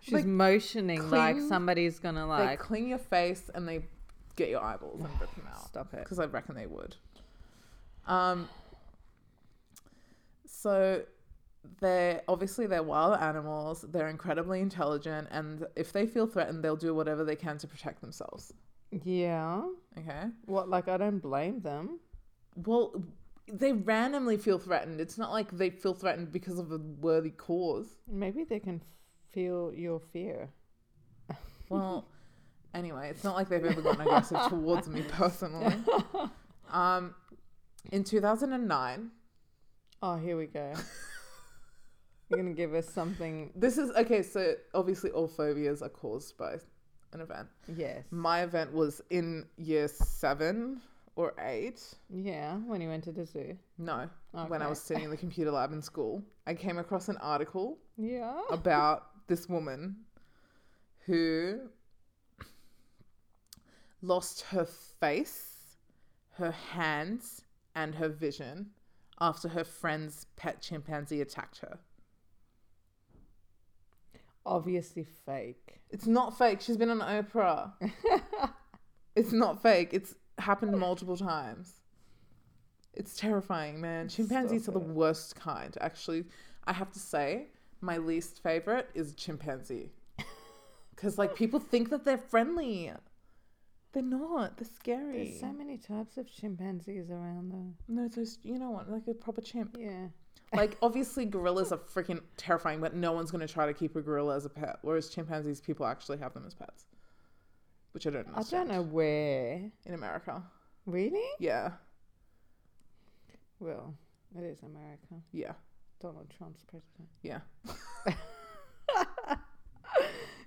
B: She's
A: Like,
B: motioning like
A: cling-
B: somebody's gonna
A: They
B: like
A: cling your face and they get your eyeballs and rip them out.
B: stop it.
A: Because I reckon they would. Um. So, they're obviously they're wild animals. They're incredibly intelligent, and if they feel threatened, they'll do whatever they can to protect themselves.
B: Yeah.
A: Okay.
B: What? Like I don't blame them.
A: Well, they randomly feel threatened. It's not like they feel threatened because of a worthy cause.
B: Maybe they can feel your fear.
A: Well, anyway, it's not like they've ever gotten aggressive towards me personally. Um, in 2009,
B: Oh, here we <laughs> go. You're gonna give us something.
A: this is okay, so obviously all phobias are caused by an event.
B: Yes.
A: My event was in year seven or eight.
B: Yeah. When you went to the zoo.
A: No, when I
B: Okay.
A: was sitting in the computer lab in school, I came across an article
B: Yeah.
A: <laughs> about this woman who lost her face, her hands, and her vision after her friend's pet chimpanzee attacked her.
B: Obviously fake.
A: It's not fake. She's been on <laughs> Oprah. it's not fake. It's happened multiple times. It's terrifying, man. Chimpanzees
B: Stop
A: are the
B: it.
A: worst kind. Actually, I have to say, my least favorite is chimpanzee. <laughs> Because, like, people think that they're friendly. They're not. They're scary.
B: There's so many types of chimpanzees around though.
A: no, those, you know what? Like a proper chimp.
B: Yeah.
A: Like, obviously, gorillas are freaking terrifying, but no one's going to try to keep a gorilla as a pet. Whereas chimpanzees, people actually have them as pets, which I don't
B: I
A: understand.
B: don't know where.
A: In America.
B: Really?
A: Yeah.
B: Well, it is America.
A: Yeah.
B: Donald Trump's president.
A: Yeah.
B: <laughs>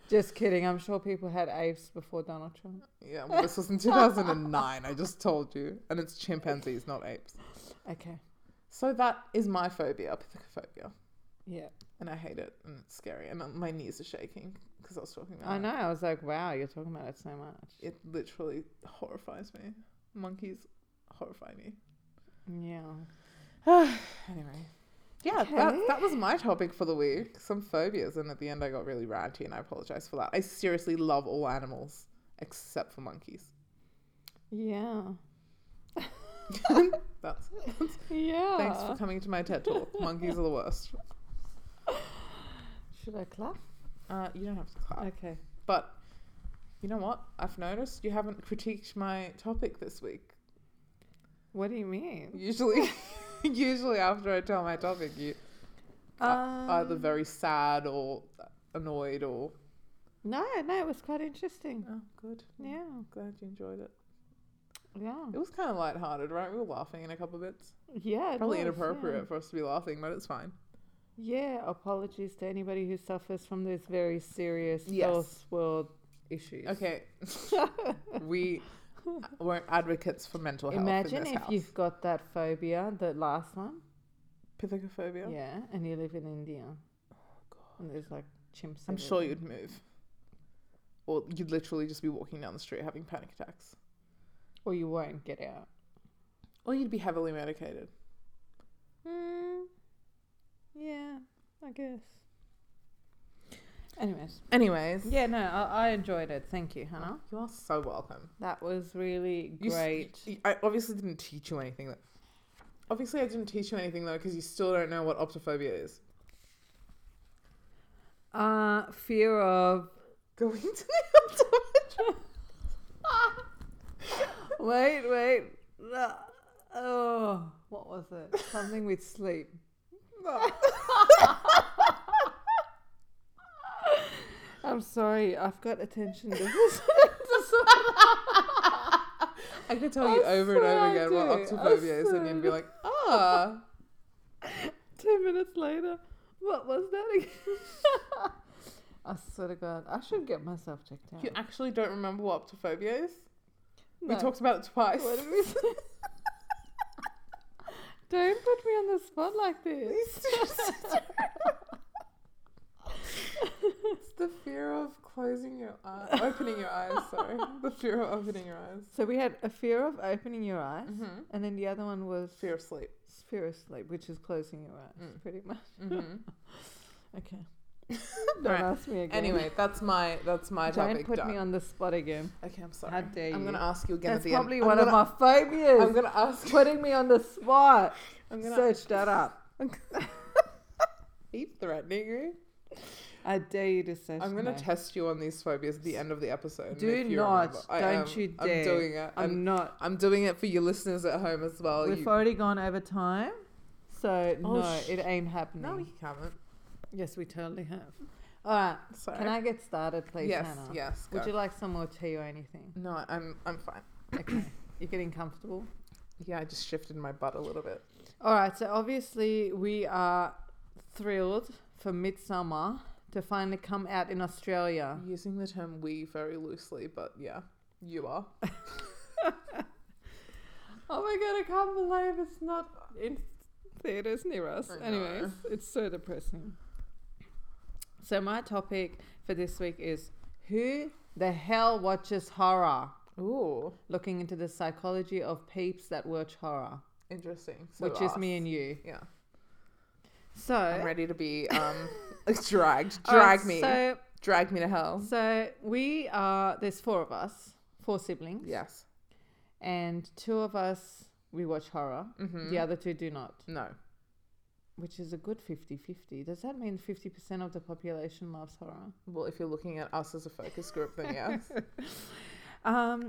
B: Just kidding. I'm sure people had apes before Donald Trump.
A: Yeah. Well, this was in 2009. I just told you. And it's chimpanzees, not apes.
B: Okay.
A: So that is my phobia, pithecophobia.
B: Yeah.
A: and I hate it, and it's scary, and uh, my knees are shaking because I was talking about.
B: I
A: it.
B: know. I was like, wow, you're talking about it so much.
A: It literally horrifies me. Monkeys horrify me.
B: Yeah.
A: Anyway. Yeah, that,
B: Okay.
A: that was my topic for the week. Some phobias, and at the end I got really ranty, and I apologize for that. I seriously love all animals except for monkeys.
B: Yeah.
A: That's
B: Yeah.
A: <laughs> thanks for coming to my
B: <laughs>
A: TED talk. Monkeys are the worst.
B: Should I clap?
A: Uh, you don't have to clap,
B: Okay.
A: but you know what? I've noticed you haven't critiqued my topic this week.
B: What do you mean?
A: Usually, <laughs> usually after I tell my topic, you are either
B: Um,
A: uh, very sad or annoyed or
B: No, no, it was quite interesting.
A: oh, good.
B: Yeah.
A: glad you enjoyed it.
B: Yeah.
A: It was kind of lighthearted, right? We were laughing in a couple bits.
B: Yeah. it was,
A: Probably
B: yeah.
A: inappropriate for us to be laughing, but it's fine.
B: Yeah, apologies to anybody who suffers from those very serious
A: Yes.
B: first world issues.
A: Okay, <laughs>
B: <laughs>
A: we weren't advocates for mental health. in
B: Imagine
A: this
B: if
A: house.
B: you've got that phobia, the last one.
A: Pithecophobia?
B: Yeah, and you live in India. And there's like chimps.
A: Oh, I'm sure
B: everywhere.
A: you'd move. Or you'd literally just be walking down the street having panic attacks.
B: Or you won't get out.
A: Or you'd be heavily medicated. Hmm.
B: Mm, yeah, I guess. Anyways.
A: Anyways,
B: Yeah, no, I, I enjoyed it. Thank you, Hannah.
A: you are so welcome.
B: That was really
A: You s-
B: great.
A: I obviously didn't teach you anything. That, obviously, I didn't teach you anything though, because you still don't know what optophobia is.
B: Uh, fear of.
A: <laughs> Going to the
B: Wait, wait. Uh, Oh, what was it? Something with sleep.
A: optometrist.
B: I'm sorry, I've got <laughs> attention deficit.
A: I could tell you
B: I
A: over and
B: swear I
A: over again what
B: do. I
A: optophobia is, and you'd be
B: swear.
A: like,
B: <laughs>
A: ah,
B: Ten minutes later, what was that again? I swear to God, I should get myself checked out.
A: you actually don't remember what optophobia is? We
B: No.
A: talked about it twice.
B: What did we say? <laughs> Don't put me on the spot like this.
A: It's the fear of closing your eyes, opening your eyes, <laughs> sorry. The fear of opening your eyes.
B: <laughs> So we had a fear of opening your eyes,
A: Mm-hmm.
B: and then the other one was
A: Fear of sleep.
B: fear of sleep, which is closing your eyes,
A: Mm.
B: pretty much.
A: Mm-hmm. <laughs>
B: Okay. Don't
A: Right.
B: ask me <laughs> again.
A: Anyway, that's my that's my
B: Don't
A: topic
B: put
A: done.
B: me on the spot again.
A: Okay, I'm sorry.
B: How dare
A: I'm gonna
B: you.
A: ask you again
B: That's
A: at the end.
B: probably
A: I'm
B: one
A: gonna-
B: of my phobias.
A: I'm gonna ask.
B: putting me on the spot.
A: <laughs> I'm gonna
B: Search that up.
A: keep threatening you.
B: I dare you to search.
A: I'm gonna
B: no.
A: test you on these phobias at the end of the episode. and
B: Do
A: if you
B: not.
A: remember. I
B: Don't
A: am-
B: you
A: I'm
B: dare.
A: doing it.
B: I'm
A: I'm,
B: not.
A: I'm doing it for your listeners at home as well.
B: We've
A: You-
B: already gone over time, so
A: Oh,
B: no,
A: sh-
B: it ain't happening.
A: no, you haven't.
B: Yes, we totally have. All right.
A: Sorry.
B: Can I get started, please,
A: yes,
B: Hannah?
A: yes.
B: Would
A: go.
B: you like some more tea or anything?
A: <clears throat> No, I'm I'm fine.
B: Okay. You're getting comfortable.
A: Yeah, I just shifted my butt a little bit.
B: All right, so obviously we are thrilled for Midsummer to finally come out in Australia.
A: Using the term "we" very loosely, but yeah, you are.
B: Oh my god, I can't believe it's not in theaters near us.
A: I know.
B: Anyways, it's so depressing. So my topic for this week is who the hell watches horror?
A: Ooh,
B: Looking into the psychology of peeps that watch horror,
A: interesting. So
B: which is me and you.
A: Yeah,
B: So
A: I'm ready to
B: <laughs>
A: be um dragged.
B: all right,
A: Drag me,
B: So,
A: drag me to hell.
B: so we are there's four of us, four siblings.
A: Yes.
B: and two of us we watch horror
A: Mm-hmm.
B: the other two do not
A: No.
B: which is a good 50-50 does that mean 50% of the population loves horror
A: Well, if you're looking at us as a focus group, then
B: <laughs>
A: yes.
B: um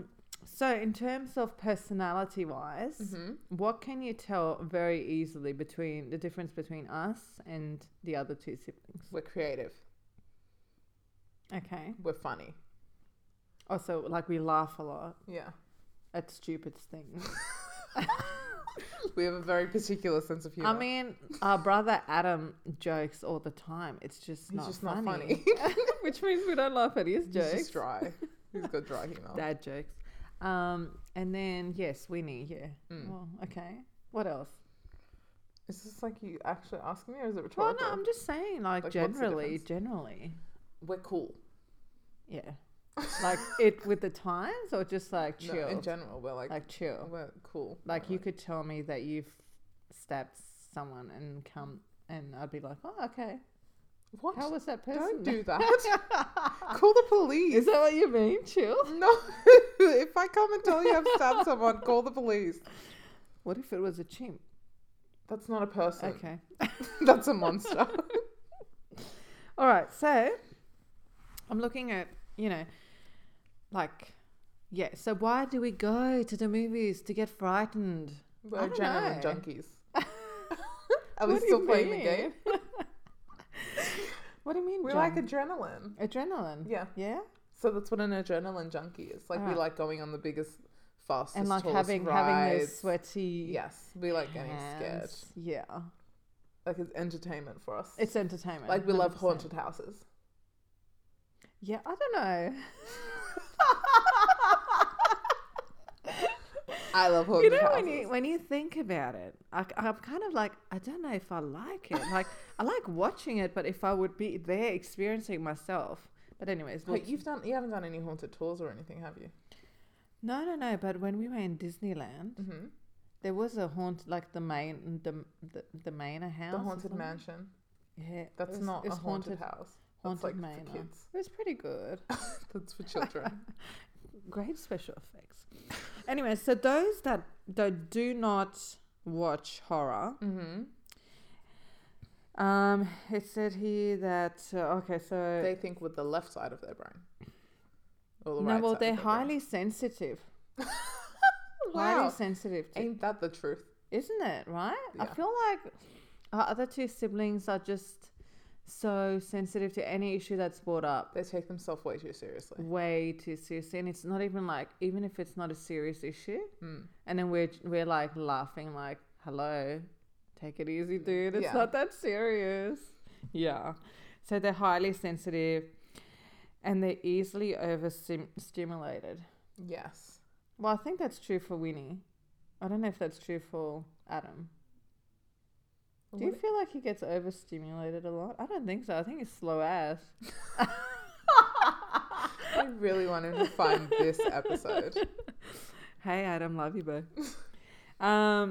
B: so in terms of personality wise
A: mm-hmm.
B: what can you tell very easily between the difference between us and the other two siblings
A: We're creative.
B: okay
A: We're funny.
B: also like we laugh a lot
A: Yeah.
B: at stupid things <laughs>
A: We have a very particular sense of humor.
B: i mean our brother adam jokes all the time it's just,
A: he's
B: not,
A: just
B: funny.
A: not
B: <laughs>
A: funny.
B: which means we don't laugh at his
A: he's
B: jokes
A: just dry. He's got
B: <laughs>
A: dry humor.
B: Dad jokes. Um, and then yes, Winnie. Yeah.
A: Mm.
B: Well, okay. What else?
A: Is this like you actually asking me, or is it
B: Well,
A: rhetorical?
B: no, I'm just saying, like,
A: Like, what's the
B: generally,
A: difference?
B: generally,
A: We're cool. <laughs>
B: yeah. like it with the times, or just like
A: No,
B: chill,
A: in general, we're like,
B: like chill.
A: we're cool.
B: Like
A: We're
B: you could tell me that you've stabbed someone and come, and I'd be like, oh, okay.
A: what?
B: How was that person? <laughs>
A: Don't do that. Call the police.
B: Is that what you mean? Chill.
A: <laughs> No, <laughs> if I come and tell you I've stabbed
B: <laughs>
A: someone, call the police.
B: What if it was a chimp?
A: That's not a person.
B: Okay.
A: <laughs> That's
B: <laughs>
A: a monster.
B: All right. So I'm looking at, you know, like, yeah. So why do we go to the movies to get frightened?
A: We're
B: I don't
A: adrenaline
B: know.
A: junkies.
B: <laughs>
A: Are we
B: What do
A: still
B: you
A: playing the
B: mean?
A: game?
B: What do you mean?
A: We
B: Jen?
A: like adrenaline.
B: adrenaline.
A: Yeah.
B: Yeah.
A: So that's what an adrenaline junkie is. Like we
B: Right.
A: like going on the biggest, fastest,
B: Ah. and like
A: tallest
B: having having
A: rides.
B: those sweaty.
A: Yes, we like getting scared.
B: hands. Yeah.
A: Like it's entertainment for us.
B: It's entertainment.
A: like we love
B: 100%.
A: haunted houses.
B: Yeah, I don't know.
A: <laughs> I love
B: you
A: haunted
B: know
A: houses.
B: when you when you think about it, I, am kind of like I don't know if I like it. Like I like watching it, but if I would be there experiencing myself. But anyways, we'll-
A: <laughs> Wait, you've done you haven't done any haunted tours or anything, have you?
B: no, no, no. But when we were in Disneyland,
A: Mm-hmm.
B: there was a haunt like the main the the, the manor house.
A: The
B: or
A: haunted
B: something.
A: mansion.
B: Yeah, it
A: That's
B: was-
A: not
B: it
A: a
B: was
A: haunted, house. That's
B: haunted
A: like
B: manor.
A: for kids. <laughs>
B: It was pretty good. <laughs>
A: That's for children.
B: great special effects. anyway, so those that that do not watch horror,
A: mm-hmm.
B: um, it said here that uh, okay, so
A: They think with the left side of their brain. Or the
B: no,
A: right
B: well,
A: side
B: they're
A: of their brain.
B: highly sensitive.
A: <laughs> Wow.
B: Highly sensitive, to,
A: Ain't that the truth?
B: isn't it? Right? I
A: Yeah.
B: feel like our other two siblings are just so sensitive to any issue that's brought up.
A: They take themselves way too seriously.
B: Way too seriously, and it's not even like even if it's not a serious issue,
A: Mm.
B: And then we're we're like laughing, like, "Hello, take it easy, dude. It's
A: Yeah.
B: not that serious." Yeah. So they're highly sensitive, and they're easily overstimulated.
A: Yes.
B: Well, I think that's true for Winnie. I don't know if that's true for Adam. Do you
A: What-
B: feel like he gets overstimulated a lot? I don't think so. I think he's slow <laughs> ass.
A: I really wanted to find this episode.
B: <laughs> Hey, Adam, love you, bro. <laughs> um,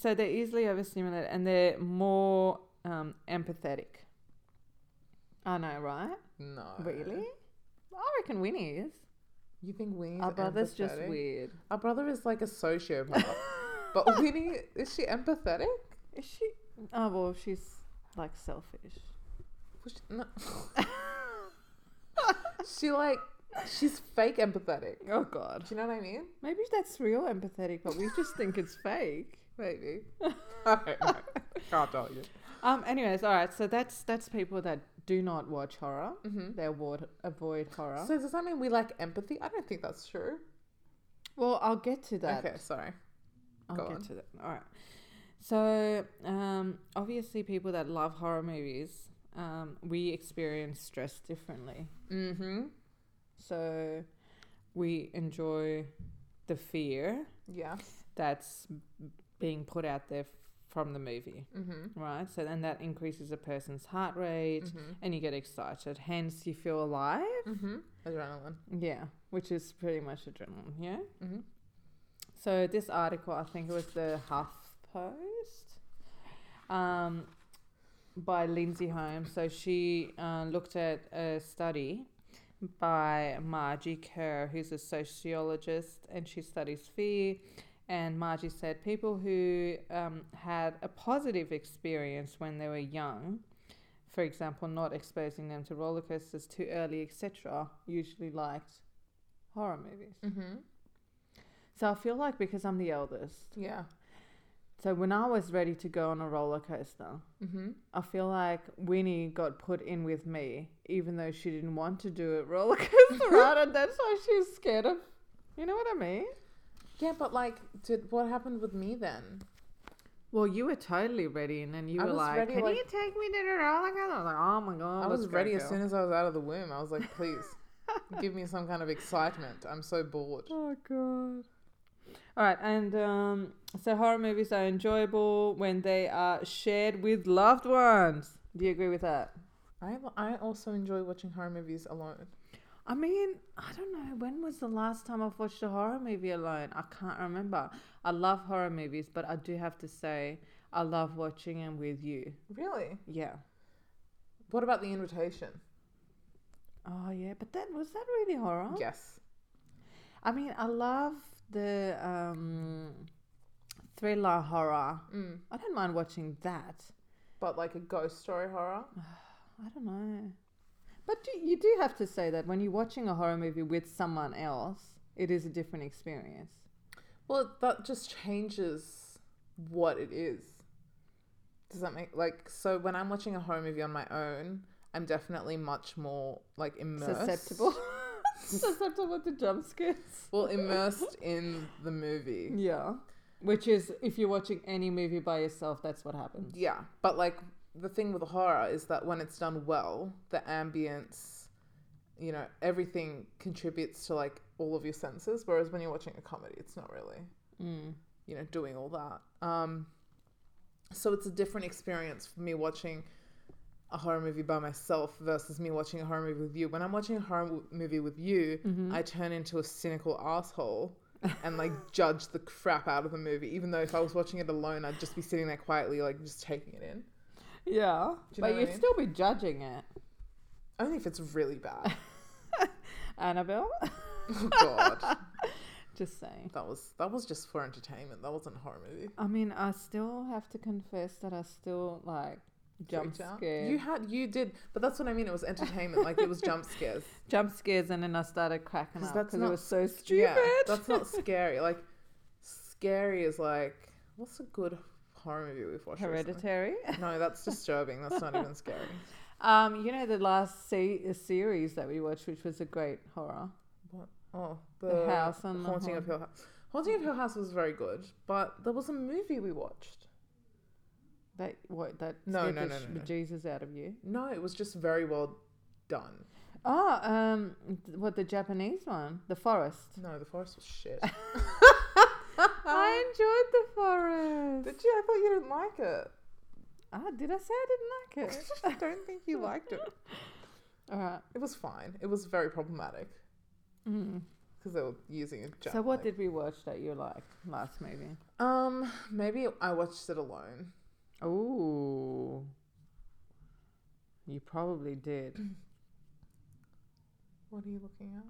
B: so they're easily overstimulated and they're more um, empathetic. I know, right?
A: No.
B: Really? I reckon Winnie is.
A: You think Winnie's
B: Our brother's just
A: empathetic?
B: weird.
A: Our brother is like a
B: <laughs>
A: sociopath. but Winnie, is she empathetic?
B: Is she? Oh, well, she's like selfish.
A: Was she,
B: <laughs>
A: no. she like, she's fake empathetic.
B: Oh, God.
A: Do you know what I mean?
B: <laughs> Maybe that's real empathetic, but we just think it's fake.
A: Maybe. I don't know. Can't tell you.
B: Um. Anyways, all right. So that's that's people that do not watch horror.
A: Mm-hmm.
B: They avoid avoid horror.
A: So does that mean we lack empathy? I don't think that's true.
B: well, I'll get to that.
A: Okay, sorry.
B: I'll
A: Go
B: get
A: on.
B: to that. All right. So, um, obviously, people that love horror movies, um, we experience stress differently.
A: Mm-hmm.
B: So, we enjoy the fear
A: Yes.
B: that's being put out there from the movie,
A: Mm-hmm.
B: right? So, then that increases a person's heart rate
A: Mm-hmm.
B: and you get excited. Hence, you feel alive.
A: Mm-hmm. Adrenaline.
B: Yeah, which is pretty much adrenaline, yeah?
A: Mm-hmm.
B: So this article, I think it was the HuffPost, um, by Lindsay Holmes. So she uh, looked at a study by Margie Kerr, who's a sociologist, and she studies fear. And Margie said people who um, had a positive experience when they were young, for example, not exposing them to roller coasters too early, etc., usually liked horror movies.
A: Mm-hmm.
B: So I feel like because I'm the eldest,
A: Yeah.
B: so when I was ready to go on a roller coaster,
A: Mm-hmm.
B: I feel like Winnie got put in with me, even though she didn't want to do a roller <laughs> coaster ride, and that's why she's scared of. You know what I mean?
A: Yeah, but like, did what happened with me then?
B: Well, you were totally ready, and then you
A: I
B: were
A: was
B: like,
A: ready,
B: "Can
A: like-
B: you take me to the roller coaster?" I was like, "Oh my god!"
A: I was
B: let's go,
A: ready as
B: girl."
A: soon as I was out of the womb. I was like, <laughs> please, give me some kind of excitement. I'm so bored.
B: Oh god. All right, and um, So horror movies are enjoyable when they are shared with loved ones. Do you agree with that?
A: I, I also enjoy watching horror movies alone.
B: I mean, I don't know. When was the last time I've watched a horror movie alone? I can't remember. I love horror movies, but I do have to say, I love watching them with you.
A: Really?
B: Yeah.
A: What about The Invitation?
B: Oh, yeah. But that was that really horror?
A: Yes.
B: I mean, I love the um, thriller horror.
A: Mm.
B: I don't mind watching that.
A: But like a ghost story horror?
B: I don't know. But do, you do have to say that when you're watching a horror movie with someone else, it is a different experience.
A: Well, that just changes what it is. Does that make like so? When I'm watching a horror movie on my own, I'm definitely much more like immersed,
B: Susceptible. <laughs> Susceptible to jump scares.
A: Well, immersed in the movie.
B: Yeah. Which is, if you're watching any movie by yourself, that's what happens.
A: Yeah, but like the thing with horror is that when it's done well, the ambience, you know, everything contributes to like all of your senses. Whereas when you're watching a comedy, it's not really.
B: Mm.
A: you know, doing all that. Um, so it's a different experience for me watching a horror movie by myself versus me watching a horror movie with you. When I'm watching a horror w- movie with you, I turn into a cynical asshole and like judge the crap out of the movie. Even though if I was watching it alone, I'd just be sitting there quietly, like just taking it in.
B: Yeah.
A: Do you know
B: but
A: what I
B: you'd
A: mean?
B: still be judging it.
A: Only if it's
B: <laughs>
A: really bad.
B: Annabelle? <laughs>
A: oh god,
B: Just saying.
A: that was that was just for entertainment. That wasn't a horror movie.
B: I mean, I still have to confess that I still like jump
A: Freaked out.
B: scares.
A: You had you did, but that's what I mean. It was entertainment. like it was jump
B: <laughs>
A: scares.
B: jump scares, and then I started cracking
A: 'Cause
B: up
A: that's
B: because it
A: not-
B: was so stupid.
A: that's not scary. Like, scary is like, what's a good horror movie we've watched? recently?
B: Hereditary.
A: No, that's disturbing. That's not even scary.
B: <laughs> Um, you know the last se- uh, series that we watched, which was a great horror.
A: What? Oh, the,
B: The, House on the
A: Haunting of
B: Hill.
A: Hill House. Haunting of Hill House was very good, but there was a movie we watched.
B: That what that
A: No,
B: scared
A: no,
B: the
A: no, no, no.
B: Jesus out of you.
A: No, it was just very well done.
B: Oh, um, th- what the Japanese one, The Forest.
A: No, the forest was
B: <laughs>
A: shit.
B: I enjoyed The Forest.
A: Did you? I thought you didn't like it.
B: Ah, did I say I didn't like <laughs> it?
A: I don't think you liked it.
B: All right.
A: It was fine. It was very problematic
B: Mm.
A: because they were using a. Jap-
B: So what
A: like-
B: did we watch that you liked last movie?
A: Um, maybe I watched it alone.
B: Oh, you probably did. <clears throat>
A: What are you looking at?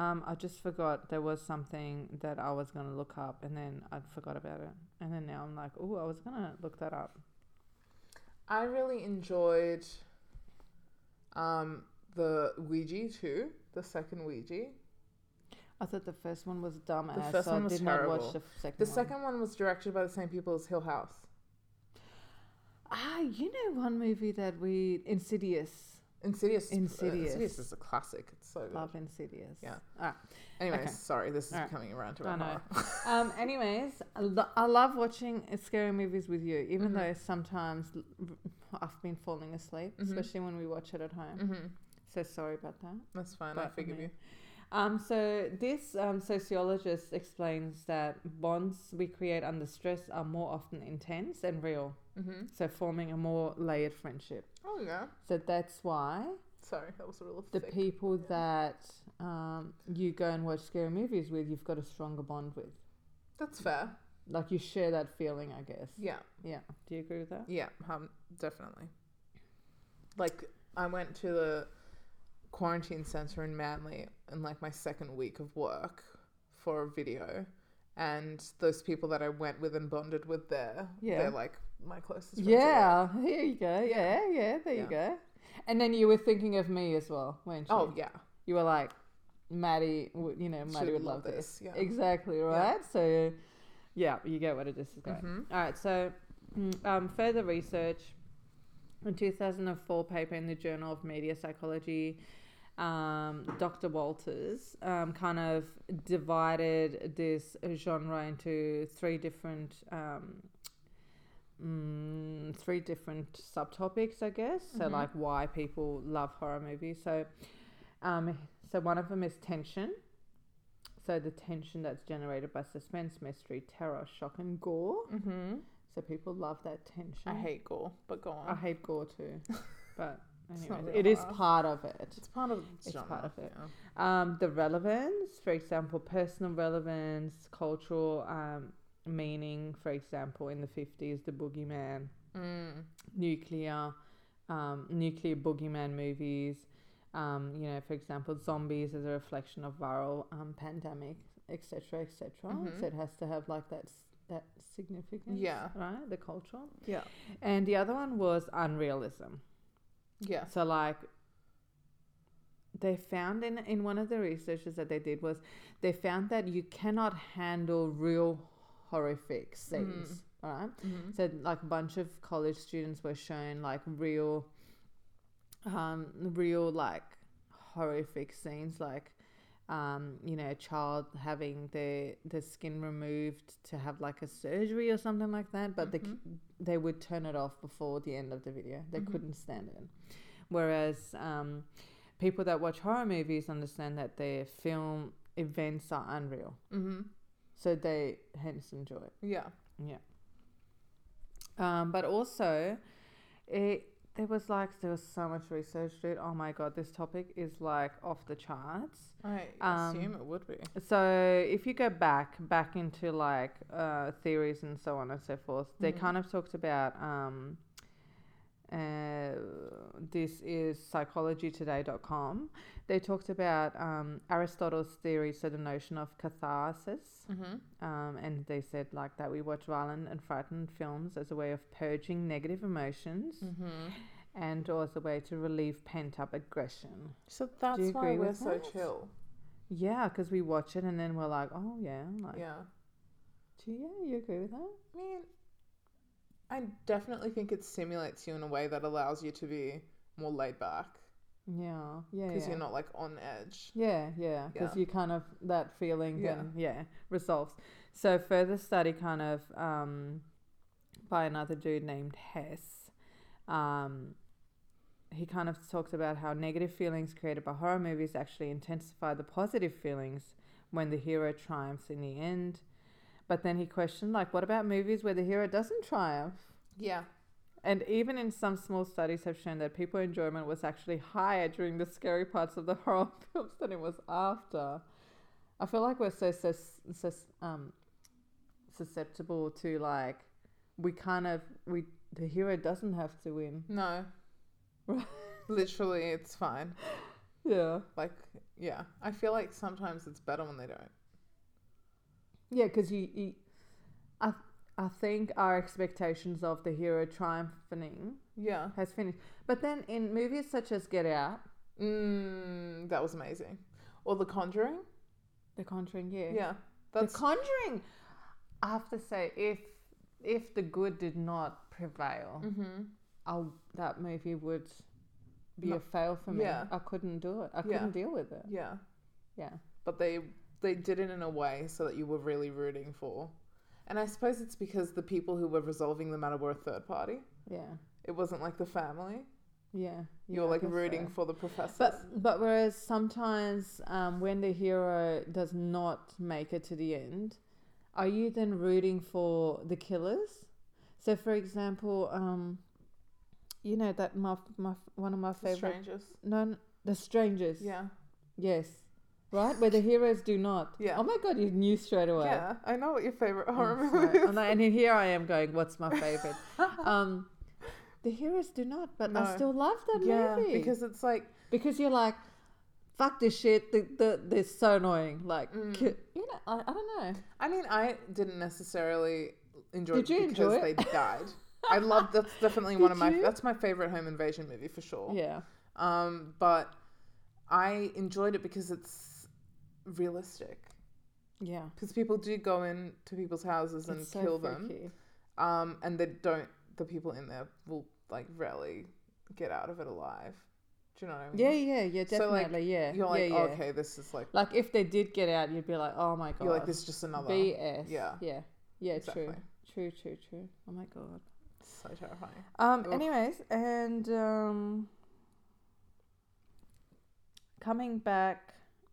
B: Um, I just forgot there was something that I was gonna look up, and then I forgot about it, and then now I'm like, oh, I was gonna look that up.
A: I really enjoyed um, the Ouija too, the second Ouija.
B: I thought the first one was dumb
A: The
B: ass,
A: first
B: so
A: one
B: I
A: was
B: did not
A: terrible.
B: watch the f- second.
A: The
B: one.
A: second one was directed by the same people as Hill House.
B: Ah, you know one movie that we Insidious.
A: Insidious. is- uh,
B: Insidious.
A: Insidious is a classic. It's so good.
B: Love Insidious.
A: Yeah.
B: Ah.
A: Anyways,
B: Okay.
A: sorry, this is
B: Alright.
A: becoming a rant
B: I
A: about
B: know.
A: horror.
B: Um. Anyways, I, lo- I love watching uh, scary movies with you, even
A: Mhm.
B: though sometimes l- I've been falling asleep,
A: Mhm.
B: especially when we watch it at home.
A: hmm
B: So sorry about that.
A: That's fine. I
B: But,
A: figured
B: mean, Um, so this um, sociologist explains that bonds we create under stress are more often intense and real,
A: you. hmm
B: so forming a more layered friendship.
A: Oh yeah.
B: So that's why
A: Sorry, that was a little
B: the
A: thick.
B: people that um, you go and watch scary movies with, you've got a stronger bond with.
A: That's fair.
B: Like you share that feeling, I guess.
A: Yeah.
B: Yeah. Do you agree with that?
A: Yeah, um, definitely. Like I went to the quarantine center in Manly in like my second week of work for a video, and those people that I went with and bonded with there,
B: Yeah.
A: they're like my closest. friends at work.
B: Yeah. Here you go. Yeah. Yeah. there
A: Yeah.
B: you go. And then you were thinking of me as well, weren't you?
A: Oh yeah.
B: you were like, Maddie, would- you know, Maddie
A: Should
B: would love
A: love
B: this.
A: this, yeah.
B: Exactly, right? So, yeah, you get what it is. Great.
A: Mhm.
B: All right, so mm, um, further research. In 2004 paper in the Journal of Media Psychology, um, Dr. Walters um, kind of divided this genre into three different um, mm, three different subtopics, I guess. So
A: Mhm.
B: like why people love horror movies. So um, so one of them is tension. So the tension that's generated by suspense, mystery, terror, shock, and gore.
A: Mm-hmm.
B: So people love that tension.
A: I hate gore, but go on.
B: I hate gore <laughs> too, but
A: It's
B: anyway,
A: not
B: it is
A: real.
B: part of it.
A: it's part of
B: It's
A: genre,
B: part of it.
A: yeah.
B: Um, the relevance, for example, personal relevance, cultural um, meaning. For example, in the fifties, the boogeyman,
A: Mm.
B: nuclear, um, nuclear boogeyman movies. Um, you know, for example, zombies as a reflection of viral um, pandemic, etc., etc.
A: Mhm.
B: So it has to have like that s- that significance,
A: Yeah.
B: right? The culture,
A: Yeah.
B: and the other one was unrealism.
A: Yeah.
B: So like they found in, in one of the researches that they did was they found that you cannot handle real horrific scenes.
A: Mm.
B: All right.
A: Mhm.
B: So like a bunch of college students were shown like real um real like horrific scenes like um, you know, a child having their the skin removed to have like a surgery or something like that, but the,
A: Mhm.
B: ki- they would turn it off before the end of the video. They
A: Mhm.
B: couldn't stand it. Whereas um, people that watch horror movies understand that their film events are unreal,
A: Mhm.
B: so they hence enjoy it.
A: Yeah.
B: Um, but also, it there was like there was so much research, dude. Oh my god, this topic is like off the charts.
A: I
B: Um,
A: assume it would be.
B: So if you go back back into like uh, theories and so on and so forth, they
A: Mhm.
B: kind of talked about um, uh, this is psychologytoday.com. They talked about um, Aristotle's theory, so the notion of catharsis,
A: Mm-hmm.
B: um, and they said like that we watch violent and frightened films as a way of purging negative emotions
A: Mm-hmm.
B: and or as a way to relieve pent up aggression.
A: So that's why
B: agree
A: we're
B: with
A: so
B: that?
A: chill.
B: Yeah, because we watch it and then we're like, oh yeah, like.
A: Yeah.
B: Do you, yeah, you agree with that?
A: I mean, I definitely think it stimulates you in a way that allows you to be more laid back
B: Yeah, yeah,
A: because
B: yeah.
A: you're not like on edge.
B: yeah, yeah, because
A: Yeah.
B: you kind of that feeling
A: Yeah.
B: then yeah resolves. So further study kind of um, by another dude named Hess. Um, he kind of talks about how negative feelings created by horror movies actually intensify the positive feelings when the hero triumphs in the end. But then he questioned, like, what about movies where the hero doesn't triumph?
A: Yeah.
B: And even in some small studies have shown that people enjoyment was actually higher during the scary parts of the <laughs> horror films than it was after. I feel like we're so, so, so um, susceptible to like we kind of we the hero doesn't have to win.
A: <laughs> No.
B: Right.
A: Literally, it's fine.
B: Yeah,
A: Like, yeah. I feel like sometimes it's better when they don't.
B: yeah, because you, you, I, I think our expectations of the hero triumphing
A: Yeah.
B: has finished. But then in movies such as Get Out,
A: Mm, that was amazing. Or The Conjuring.
B: The Conjuring, yeah,
A: Yeah. That's
B: the Conjuring. I have to say, if if the good did not prevail,
A: mm-hmm.
B: I, that movie would be a
A: Not-
B: fail for me.
A: yeah.
B: I couldn't do it. I
A: Yeah.
B: couldn't deal with it.
A: Yeah.
B: Yeah,
A: but they they did it in a way so that you were really rooting for. And I suppose it's because the people who were resolving the matter were a third party.
B: yeah,
A: It wasn't like the family.
B: yeah.
A: You're
B: yeah, I
A: like
B: guess
A: rooting
B: so.
A: for the professors.
B: But but whereas sometimes um, when the hero does not make it to the end, are you then rooting for the killers? So for example, um, you know that my, my one of my
A: The
B: favorite
A: strangers.
B: no n- the strangers
A: Yeah.
B: Yes. Right? Where the heroes do not.
A: Yeah.
B: Oh Mm. my god, you knew straight away.
A: Yeah. I know what your favorite
B: I'm
A: horror
B: sorry.
A: movie is.
B: I'm like- and here I am going, what's my
A: <laughs>
B: favorite? um, the heroes do not, but I
A: No.
B: still love that
A: Yeah,
B: movie.
A: because it's like
B: because you're like, fuck this shit. The, the, they're so annoying. Like,
A: Mm.
B: ki- you know, I, I don't know.
A: I mean I didn't necessarily enjoy
B: Did
A: it
B: you
A: because
B: enjoy it? <laughs>
A: they died. I love that's definitely one
B: Did
A: of my
B: you?
A: that's my favorite home invasion movie for sure.
B: Yeah.
A: Um, but I enjoyed it because it's realistic.
B: Yeah.
A: because people do go into people's houses and
B: It's so
A: kill them
B: freaky.
A: um and they don't the people in there will like rarely get out of it alive do you know what i mean
B: Yeah, yeah, yeah,
A: Mm. So, like,
B: definitely. yeah.
A: you're like
B: yeah, yeah.
A: okay this is like
B: Like, if they did get out, you'd be like, oh my god.
A: you're like this is just another
B: BS.
A: Yeah.
B: Yeah. Yeah, true.
A: exactly
B: True, true, true. Oh my god.
A: so terrifying
B: Um.
A: Oof.
B: Anyways, and um, coming back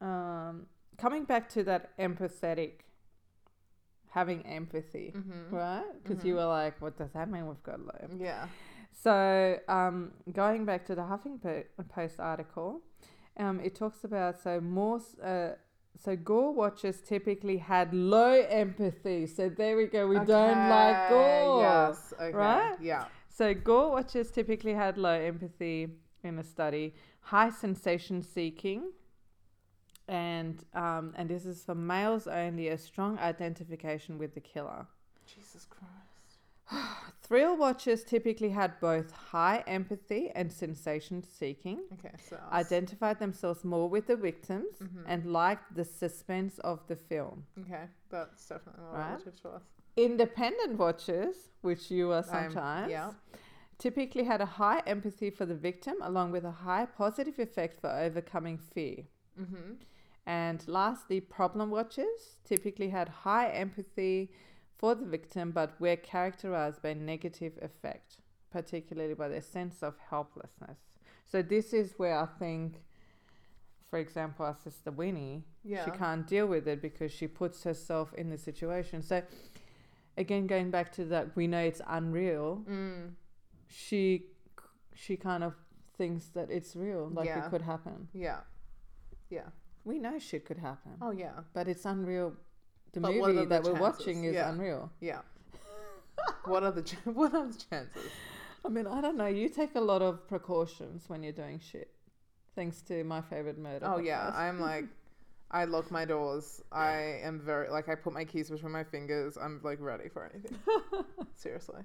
B: um, coming back to that empathetic, having empathy,
A: Mm-hmm.
B: right? Because you were like, what does that mean? We've got low. empathy?"
A: Yeah.
B: So, um, going back to the Huffington Post article, um, it talks about so more. s- Uh, so gore watchers typically had low empathy. So there we go. We don't like
A: Okay,
B: gore.
A: Yes. Okay.
B: right?
A: Yeah.
B: So gore watchers typically had low empathy in a study, high sensation seeking, and um, and this is for males only. A strong identification with the killer.
A: Jesus Christ.
B: Thrill watchers typically had both high empathy and sensation seeking,
A: Okay. So.
B: identified themselves more with the victims, and liked the suspense of the film.
A: okay. That's definitely more
B: Right?
A: relative to us.
B: Independent watchers, which you are
A: I'm-
B: sometimes,
A: yeah.
B: typically had a high empathy for the victim, along with a high positive effect for overcoming fear.
A: Mm-hmm.
B: And lastly, problem watchers typically had high empathy for the victim but were characterized by negative effect, particularly by their sense of helplessness. So, this is where I think, for example, our sister Winnie, she
A: Yeah.
B: can't deal with it because she puts herself in the situation. So, again, going back to that, we know it's unreal.
A: Mm.
B: She, she kind of thinks that it's real, like
A: Yeah.
B: it could happen.
A: Yeah. Yeah.
B: We know shit could happen
A: Oh yeah.
B: but it's unreal. The
A: But what
B: movie
A: are the
B: that we're
A: chances?
B: watching is
A: Yeah.
B: unreal. <laughs>
A: Yeah. what are the ch- <laughs> what are the chances?
B: I mean, I don't know. You take a lot of precautions when you're doing shit. Thanks to my favorite murder.
A: Oh yeah,
B: podcast. <laughs>
A: I'm like, I lock my doors. I am very like I put my keys between my fingers. I'm like ready for
B: <laughs>
A: anything. Seriously.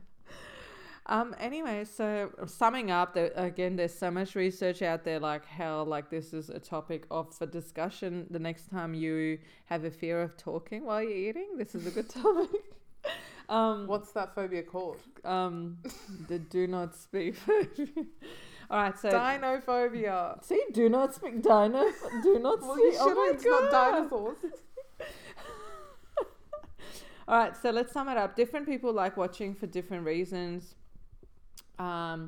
B: Um. Anyway, so summing up, there, again, there's so much research out there. Like hell, like this is a topic of for discussion. The next time you have a fear of talking while you're eating, this is a
A: <laughs>
B: good topic. um.
A: What's that phobia called?
B: Um. the do not speak. <laughs> All right. So
A: Dinophobia.
B: See, do not speak dino. <laughs> Do not
A: Well,
B: speak.
A: you
B: Oh
A: should
B: my
A: have it's not
B: God.
A: dinosaurs.
B: All right, so let's sum it up. Different people like watching for different reasons, um,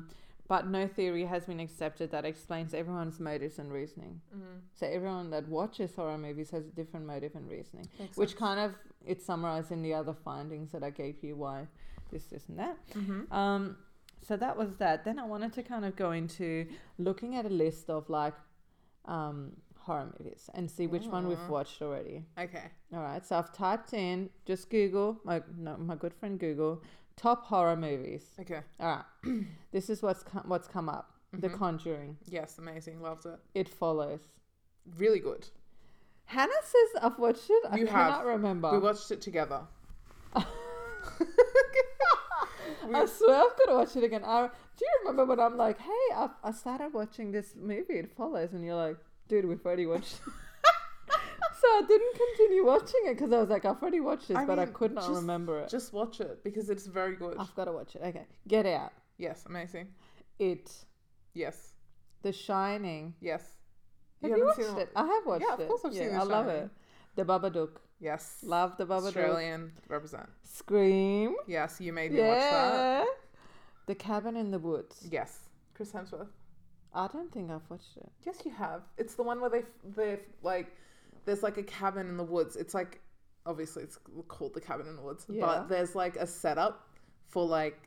B: but no theory has been accepted that explains everyone's motives and reasoning.
A: Mm,
B: So everyone that watches horror movies has a different motive and reasoning, which kind of it's summarized in the other findings that I gave you why this, this, and that.
A: Mm-hmm.
B: Um, so that was that. Then I wanted to kind of go into looking at a list of like um, horror movies and see which one we've
A: Aw.
B: watched already.
A: Okay.
B: All right, so I've typed in just Google my no, my good friend Google top horror movies.
A: Okay.
B: All right, <clears throat> this is what's com- what's come up: The
A: Mhm.
B: Conjuring,
A: Yes, amazing. Loved it.
B: It Follows.
A: Really good.
B: Hannah says I've watched it. I
A: You have.
B: cannot remember.
A: We watched it together.
B: <laughs>
A: We-
B: I swear I've got to watch it again. I, do you remember when I'm like, hey, I, I started watching this movie, it follows, and you're like, dude, we've already watched it. <laughs> so I didn't continue watching it because I was like, I've already watched this,
A: I
B: but I
A: mean,
B: could not
A: just-
B: remember it.
A: Just watch it because it's very good.
B: I've got to watch it. Okay. Get Out.
A: Yes, amazing.
B: It.
A: Yes.
B: The Shining.
A: Yes.
B: Have you,
A: haven't
B: watched
A: seen
B: it? I have watched it.
A: of course I've seen The
B: I love
A: Shining.
B: it. The Babadook.
A: Yes.
B: Love The Babadook.
A: Australian represent.
B: Scream.
A: Yes, you made me watch that.
B: Yeah. The Cabin in the Woods.
A: Yes. Chris Hemsworth.
B: I don't think I've watched it.
A: Yes, you have. It's the one where they they like there's like a cabin in the woods. It's like obviously it's called the cabin in the woods,
B: Yeah.
A: but there's like a setup for like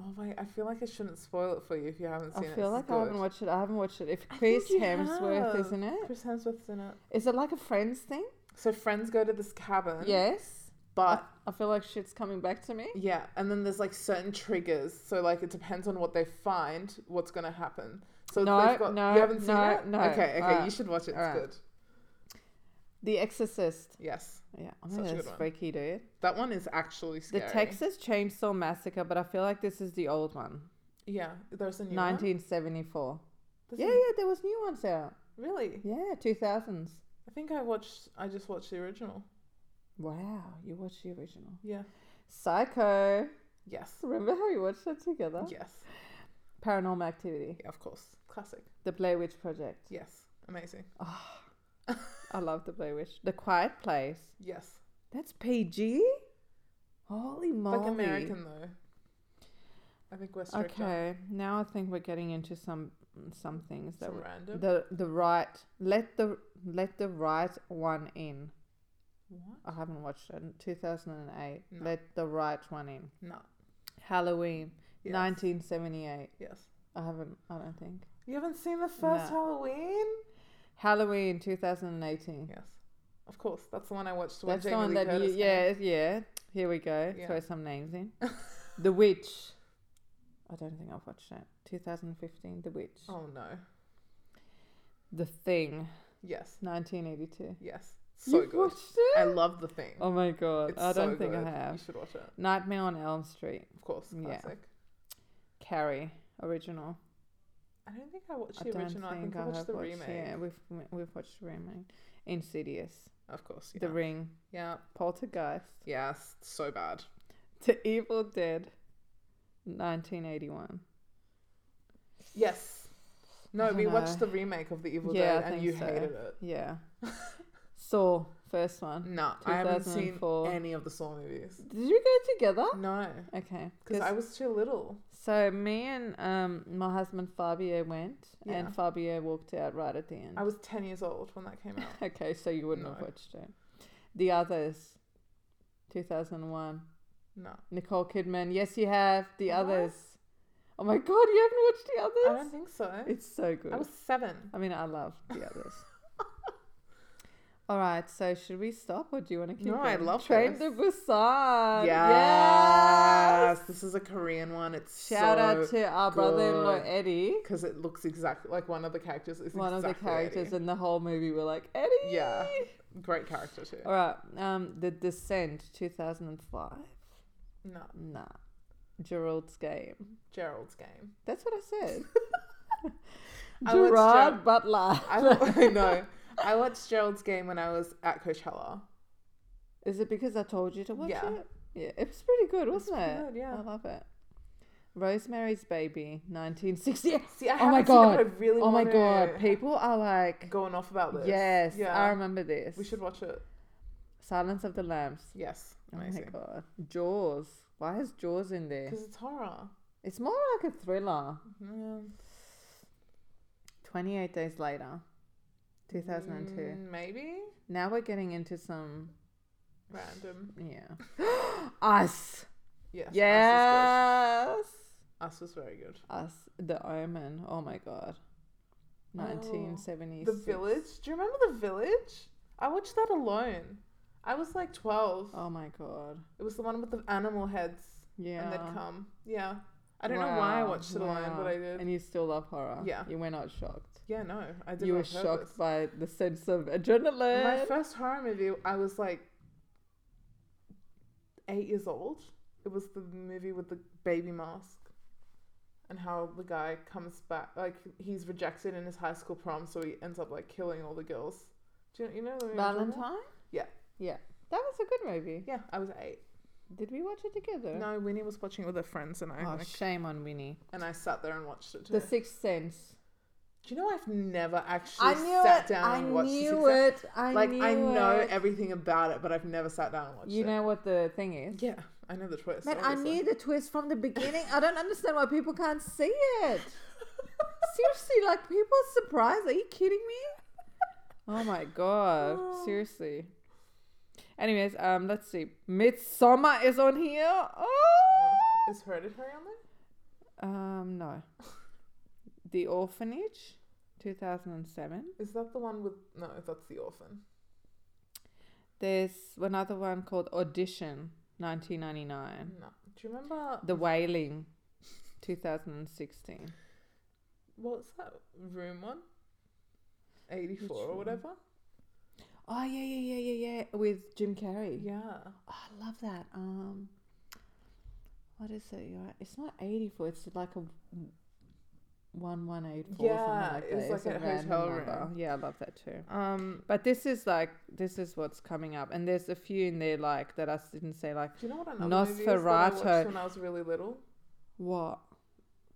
A: oh my I feel like I shouldn't spoil it for you if you haven't
B: I
A: seen it.
B: feel
A: This
B: like
A: is
B: I haven't
A: good.
B: watched it. I haven't watched it. If
A: I think
B: Chris
A: you
B: Hemsworth,
A: have.
B: isn't it?
A: Chris Hemsworth's in it.
B: Is it like a Friends thing?
A: So friends go to this cabin.
B: Yes.
A: But
B: I feel like shit's coming back to me.
A: Yeah, and then there's like certain triggers. So like it depends on what they find, what's gonna happen. So
B: No,
A: they've got
B: no,
A: you haven't seen
B: no,
A: it?
B: no.
A: Okay, okay,
B: Alright,
A: you should watch it. It's
B: alright.
A: good.
B: The Exorcist.
A: Yes.
B: Yeah, I
A: Such a
B: mean,
A: good
B: that's
A: one.
B: freaky, dude.
A: That one is actually
B: The
A: scary.
B: Texas Chainsaw Massacre, but I feel like this is the old one.
A: Yeah, there's a new one.
B: 1974.
A: There's
B: Yeah,
A: a-
B: yeah, there was new ones out.
A: Really?
B: Yeah, 2000s.
A: I think I watched I just watched the original.
B: Wow, you watched the original.
A: Yeah.
B: Psycho.
A: Yes.
B: Remember how we watched that together?
A: Yes.
B: Paranormal Activity.
A: Yeah, of course. Classic.
B: The Blair Witch Project.
A: Yes. Amazing.
B: I love The Blair Witch. The Quiet Place.
A: Yes.
B: That's PG? Holy moly.
A: Like American though. I think we're stricter.
B: Okay, now I think we're getting into some some things that
A: Some
B: we-
A: random.
B: the the right let the let the right one in.
A: what?
B: I haven't watched it. Two thousand and eight.
A: No.
B: Let the right one in.
A: No.
B: Halloween,
A: Yes.
B: nineteen seventy eight.
A: Yes.
B: I haven't. I don't think.
A: You haven't seen the first
B: No.
A: Halloween?
B: Halloween two thousand and eighteen.
A: Yes. Of course. That's the one I watched. when
B: That's the
A: Jamie
B: one
A: Lee
B: that
A: Curtis
B: you.
A: came.
B: Yeah, yeah. Here we go.
A: Yeah.
B: Throw some names <laughs> in. the Witch. I don't think I've watched it. 2015. The Witch.
A: Oh no.
B: The Thing.
A: Yes.
B: 1982.
A: Yes. So
B: You've
A: good.
B: watched it?
A: I love the thing.
B: Oh my god.
A: It's
B: I
A: so
B: don't think
A: good.
B: I
A: You
B: have.
A: should watch it.
B: Nightmare on Elm Street.
A: Of course.
B: Yeah.
A: Classic.
B: Carrie. Original.
A: I don't think I watched
B: I
A: the
B: don't
A: original. I think I, watched
B: have
A: the
B: watched-
A: remake.
B: Yeah, we've we've watched the remake. Insidious.
A: Of course. Yeah.
B: The Ring.
A: yeah.
B: Poltergeist. <laughs>
A: Yes. So bad.
B: The Evil Dead. 1981.
A: Yes. No,
B: don't
A: we
B: know.
A: watched the remake of The Evil
B: Yeah, I
A: Dead and
B: think
A: you
B: so.
A: hated it.
B: <laughs> Yeah. Saw. First one.
A: No, I haven't seen
B: 2004.
A: any of the Saw movies.
B: Did we go together?
A: No,
B: Okay.
A: because I was too little.
B: So me and um my husband Fabio went,
A: Yeah.
B: and Fabio walked out right at the end.
A: I was 10 years old when that came out.
B: <laughs> okay, so you wouldn't have
A: No.
B: watched it. The others, two thousand one.
A: No.
B: Nicole Kidman. Yes, you have. The
A: What?
B: others. Oh my God, you haven't watched
A: I
B: the
A: don't
B: others?
A: think so.
B: It's so good.
A: I
B: I,
A: was seven.
B: mean, I love
A: <laughs>
B: the others. All right, so should we stop or do you want to keep
A: No, I
B: going?
A: love
B: Train
A: this.
B: to Busan.
A: Um, yes!
B: Yes!
A: This is a Korean one. It's
B: Shout out
A: so
B: to our brother-in-law
A: good.
B: Eddie.
A: because it looks exactly like one of the characters is
B: one
A: exactly
B: of the characters
A: Eddie.
B: in the whole movie were like Eddie.
A: Yeah, great character too.
B: All right. Um, The Descent, two thousand and five.
A: No,
B: Nah. Gerald's Game.
A: Gerald's game.
B: <laughs> That's what I said.
A: <laughs> I watched
B: Gerard
A: Gerald-
B: Butler.
A: I wa- <laughs> no, I watched Gerald's game when I was at Coachella.
B: <laughs> Is it because I told you to watch
A: Yeah.
B: it? Yeah. It was pretty good, wasn't
A: pretty
B: it? Oh
A: good, yeah.
B: I love it. Rosemary's Baby, nineteen sixty.
A: See, I
B: Oh my
A: haven't seen it, but
B: God.
A: I really
B: Oh my
A: wanna-
B: god, people are like,
A: going off about this.
B: yes, um,
A: yeah.
B: I remember this.
A: we should watch it.
B: Silence of the Lambs.
A: Yes,
B: Oh
A: amazing.
B: my god, Jaws. Why is Jaws in there?
A: Because it's horror.
B: It's more like a thriller.
A: Mm,
B: 28 Days Later, 2002.
A: mm, Maybe
B: Now we're getting into some,
A: random. <gasps>
B: yeah. Us.
A: Yes.
B: Yes.
A: Us was, good. Us was very good.
B: Us. The Omen. Oh my God.
A: Oh.
B: 1976.
A: The Village. Do you remember The Village? I watched that alone. I was like twelve.
B: Oh my God.
A: It was the one with the animal heads
B: Yeah.
A: and they'd come. Yeah. I don't know why I
B: Wow,
A: watched it alone,
B: wow.
A: but I did.
B: And you still love horror.
A: Yeah.
B: You were not shocked.
A: yeah, no, I did.
B: you
A: it
B: were
A: on purpose.
B: shocked by the sense of adrenaline.
A: My first horror movie, I was like eight years old. It was the movie with the baby mask and how the guy comes back. Like, he's rejected in his high school prom, so he ends up like killing all the girls. Do you, you know the movie? I'm talking about?
B: Valentine?
A: Yeah.
B: Yeah. That was a good movie.
A: Yeah, I was eight.
B: Did we watch it together?
A: No, Winnie was watching it with her friends, and I
B: Oh,
A: like,
B: shame on Winnie.
A: and I sat there and watched it too.
B: The Sixth Sense.
A: Do you know I've never actually
B: I knew
A: sat
B: it.
A: down
B: I
A: and watched The
B: knew
A: Sixth Sense?
B: it. I
A: like
B: knew
A: I know
B: it.
A: everything about it, but I've never sat down and watched
B: You
A: it.
B: know what the thing is?
A: Yeah, I know the twist.
B: Man, I
A: obviously.
B: knew the twist from the beginning. I don't understand why people can't see
A: <laughs>
B: it. Seriously, like people are surprised. Are you kidding me? Oh my god.
A: Oh.
B: Seriously. Anyways, um, let's see. Midsummer is on here. Oh.
A: <laughs> Is Hereditary on there?
B: Um, no. The Orphanage, two thousand and seven.
A: Is that the one with no? That's The Orphan.
B: There's another one called Audition, 1999.
A: No. Do you remember
B: The Wailing, 2016.
A: what's that room one? Eighty four
B: Which
A: or
B: one?
A: whatever.
B: Oh yeah, yeah, yeah, yeah, yeah. With Jim Carrey.
A: Yeah.
B: Oh, I love that. Um, what is it? You're right. It's not 84. It's like a one one eight four.
A: Yeah,
B: something like
A: it's
B: that.
A: like a
B: random
A: hotel
B: number.
A: room.
B: Yeah, I love that too.
A: Um.
B: But this is like this is what's coming up, and there's a few in there like that I s- didn't say like
A: Do you know what another movie is that I watched
B: Nosferatu.
A: when I was really little?
B: what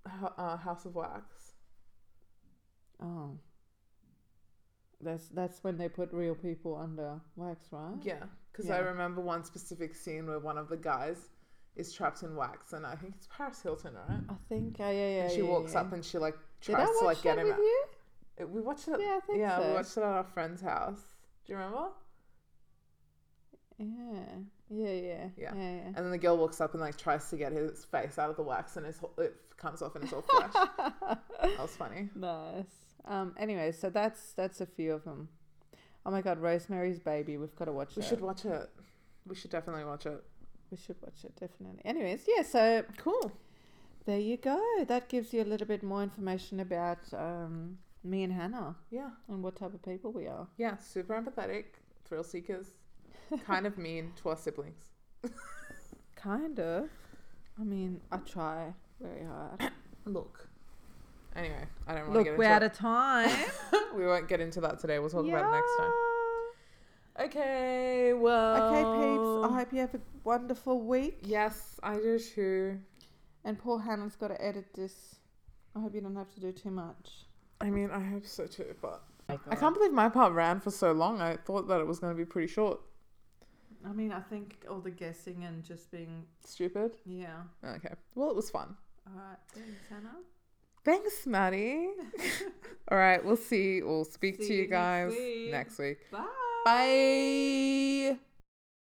A: Ho- uh, House of Wax.
B: oh. That's that's when they put real people under wax, right?
A: Yeah, because I
B: Oh. Yeah.
A: remember one specific scene where one of the guys is trapped in wax, and I think it's Paris Hilton, right?
B: I think. Oh, yeah, yeah.
A: and she
B: yeah,
A: walks
B: yeah.
A: up and she like
B: Did I
A: tries
B: watch
A: to like get
B: that
A: him.
B: with
A: Out.
B: you?
A: It- We watched it.
B: Yeah, I think
A: yeah,
B: so.
A: we watched it at our friend's house. Do you remember?
B: Yeah. Yeah, yeah.
A: Yeah.
B: yeah, yeah.
A: And then the girl walks up and like tries to get his face out of the wax, and it's, it comes off and it's all <laughs> fresh. that was funny.
B: <laughs> Nice. Um. Anyway, so that's that's a few of them. Oh my God, Rosemary's Baby. We've got to watch
A: We
B: that.
A: should watch it. We should definitely watch it.
B: We should watch it definitely. Anyways, yeah. So
A: Cool.
B: there you go. That gives you a little bit more information about um me and Hannah
A: Yeah.
B: and what type of people we are.
A: Yeah. Super empathetic, thrill seekers, kind of mean to our siblings.
B: Kind of. I mean, I try very <coughs> hard.
A: Look. Anyway, I don't want to
B: Look,
A: get
B: we're
A: into
B: out
A: it.
B: of time.
A: <laughs> we won't get into that today. We'll talk about it next time. Okay. Well.
B: Okay, peeps. I hope you have a wonderful week.
A: Yes, I do too.
B: And poor Hannah's got to edit this. I hope you don't have to do too much.
A: I mean, I hope so too, but uh, I can't believe my part ran for so long. I thought that it was going to be pretty short.
B: I mean, I think all the guessing and just being,
A: Stupid.
B: yeah.
A: Okay. Well, it was fun.
B: All right, thanks, Hannah.
A: Thanks, <laughs> Maddie. All right, we'll see. We'll speak
B: See
A: to you
B: you next
A: guys
B: week.
A: next week.
B: Bye.
A: Bye.